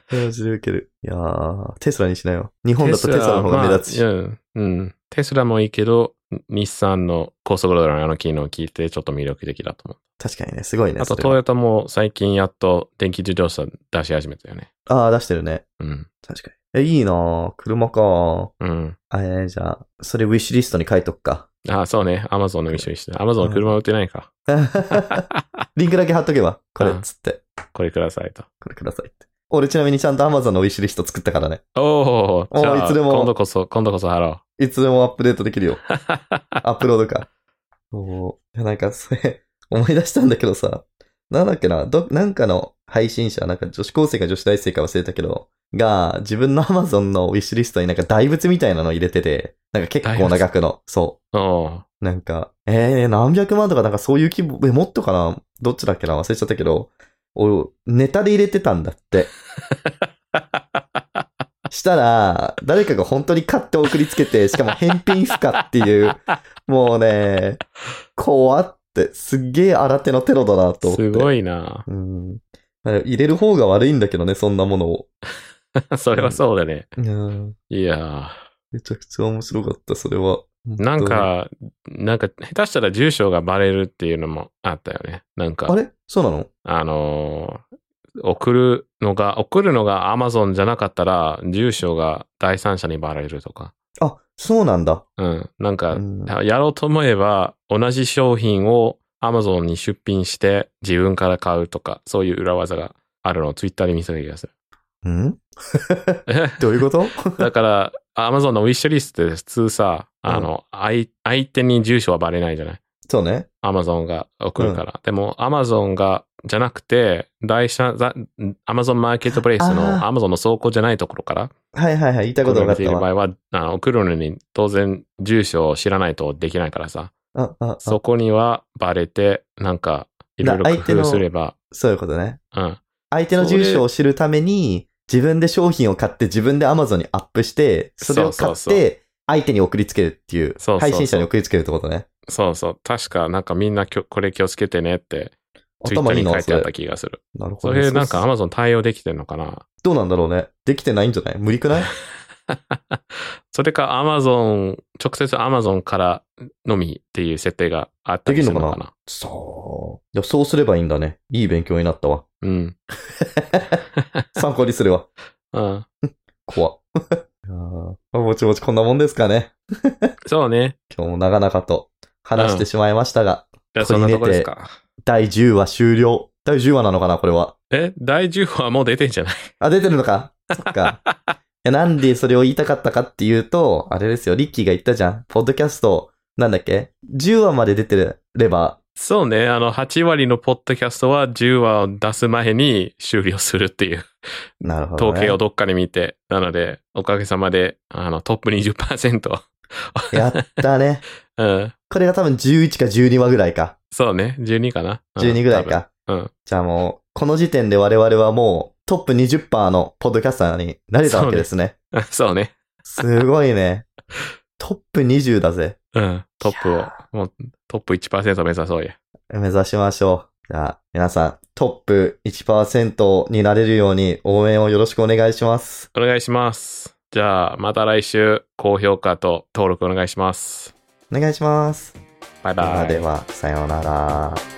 Speaker 2: マジでウケる。いやー、テスラにしなよ。日本だとテスラの方が目立つし。
Speaker 1: まあうんうん。テスラもいいけど、日産の高速道路のあの機能を聞いてちょっと魅力的だと思う。
Speaker 2: 確かにね、すごいね。
Speaker 1: あと
Speaker 2: それ
Speaker 1: トヨタも最近やっと電気自動車出し始めたよね。
Speaker 2: ああ、出してるね。
Speaker 1: うん。
Speaker 2: 確かに。え、いいなぁ車か
Speaker 1: うん。
Speaker 2: あえー、じゃあ、それウィッシュリストに書いとくか。
Speaker 1: あそうね。アマゾンの一緒にして。アマゾン車売ってないか。
Speaker 2: リンクだけ貼っとけば。これ
Speaker 1: う、ん
Speaker 2: つって。
Speaker 1: これくださいと。
Speaker 2: これくださいって。俺ちなみにちゃんと Amazon のウィッシュリスト作ったからね。
Speaker 1: おお、
Speaker 2: おー
Speaker 1: じゃあ
Speaker 2: いつでも
Speaker 1: 今度こそ、今度こそ貼ろ
Speaker 2: いつでもアップデートできるよ。
Speaker 1: う。
Speaker 2: アップロードか。おーいやなんか、それ、思い出したんだけどさ、なんだっけな、ど、なんかの配信者、なんか女子高生か女子大生か忘れたけど、が、自分の Amazon のウィッシュリストになんか大仏みたいなの入れてて、なんか結構な額の、そ
Speaker 1: おー
Speaker 2: う。なんか、えー、何百万とかなんかそういう規模、え、もっとかなどっちだっけな忘れちゃったけど、お、ネタで入れてたんだ って。したら、誰かが本当に買って送りつけて、しかも返品不可っていう、もうね、怖って、すっげえ新手のテロだなと思って。
Speaker 1: すご
Speaker 2: い。
Speaker 1: い な
Speaker 2: うん。入れる方が悪いんだけどね、そんなものを。
Speaker 1: それはそうだね。
Speaker 2: うん。
Speaker 1: いや
Speaker 2: めちゃくちゃ面白かった、それは。
Speaker 1: ーなん、か、なんか、下手したら住所がバレるっていうのもあったよね。なんか、
Speaker 2: あれそうなの
Speaker 1: あのー送るのが、送るのが Amazon じゃなかったら、住所が第三者にバレるとか。
Speaker 2: あ、そうなんだ。
Speaker 1: うん。なんか、
Speaker 2: うん
Speaker 1: やろうと思えば、同じ商品を Amazon に出品して、自分から買うとか、そういう裏技があるのを Twitter で見せる気がする。
Speaker 2: んどういうこと
Speaker 1: だから、Amazon のウィッシュリストって普通さ、あの、相相手に住所はバレないじゃない
Speaker 2: そうね。
Speaker 1: ?Amazon が送るから。でも、Amazon がじゃなくて、台車、ざ Amazon マーケットプレイスの
Speaker 2: あ
Speaker 1: Amazon の倉庫じゃないところから、
Speaker 2: はいはいはい、言いたいこと分か
Speaker 1: 送られ
Speaker 2: った
Speaker 1: ている場
Speaker 2: わ。
Speaker 1: 合は、あの送るのに当然住所を知らないとできないからさ、
Speaker 2: あ、あ、あ
Speaker 1: そこにはバレて、なんか、いろいろ
Speaker 2: な
Speaker 1: 工
Speaker 2: 相手の
Speaker 1: 夫すれば、
Speaker 2: そういうことね。
Speaker 1: うん。
Speaker 2: 相手の住所を知るために、自分で商品を買って、自分で Amazon にアップして、それを買っ
Speaker 1: そうそう
Speaker 2: て、相手に送りつけるっていう
Speaker 1: そうそうそう、
Speaker 2: 配信者に送りつけるってことね。
Speaker 1: そうそう。確か、なんかみんなきょこれ気をつけてねって、ツイッタ
Speaker 2: 頭い
Speaker 1: ーに
Speaker 2: い
Speaker 1: 書
Speaker 2: な、
Speaker 1: い
Speaker 2: そ
Speaker 1: てあった
Speaker 2: れ。
Speaker 1: 気がする。
Speaker 2: なるほ
Speaker 1: そ
Speaker 2: ど。
Speaker 1: れなんか
Speaker 2: そう
Speaker 1: Amazon 対応できてんのかな
Speaker 2: どうなんだろうね。できてないんじゃない無理 くない
Speaker 1: それか Amazon、直接 Amazon からのみっていう設定があったりするのかな
Speaker 2: できるそう。いや、そうすればいいんだね。いい勉強になったわ。
Speaker 1: うん。
Speaker 2: 参考にするわ。
Speaker 1: うん。
Speaker 2: 怖っ いやーまあぼちぼちこんなもんですかね。
Speaker 1: そうね。
Speaker 2: 今日も長々と話してしまいましたが、
Speaker 1: じゃあそんなとこですか。
Speaker 2: 第10話終了。第10話なのかな、これは。
Speaker 1: え、第10話はもう出てんじゃない
Speaker 2: あ、出てるのか。そっか。いや、なんでそれを言いたかったかっていうと、あれですよ、リッキーが言ったじゃん。ポッドキャスト、なんだっけ ?10 話まで出てれば、
Speaker 1: そうね。あの、8割のポッドキャストは10話を出す前に終了するっていう
Speaker 2: なるほど、
Speaker 1: 統
Speaker 2: ね。
Speaker 1: 計をどっかで見て、なので、おかげさまで、あの、トップ20%。
Speaker 2: やったね。
Speaker 1: うん。
Speaker 2: これが多分11か12話ぐらいか。
Speaker 1: そうね。12かな。うん
Speaker 2: 12ぐらい。か。
Speaker 1: 多分うん。
Speaker 2: じゃあもう、この時点で我々はもう、トップ20%のポッドキャスターになれたわけですね。
Speaker 1: そうね。
Speaker 2: すご いね。トップ20だぜ。
Speaker 1: うん。トップ
Speaker 2: い
Speaker 1: を
Speaker 2: や、
Speaker 1: もう、トップ1%目指そうや。
Speaker 2: 目指しましょう。じゃあ、皆さん、トップ1%になれるように応援をよろしくお願いします。
Speaker 1: お願いします。じゃあ、また来週、高評価と登録お願いします。
Speaker 2: お願いします。
Speaker 1: バイ
Speaker 2: で
Speaker 1: バ
Speaker 2: は
Speaker 1: イ。
Speaker 2: では、さようなら。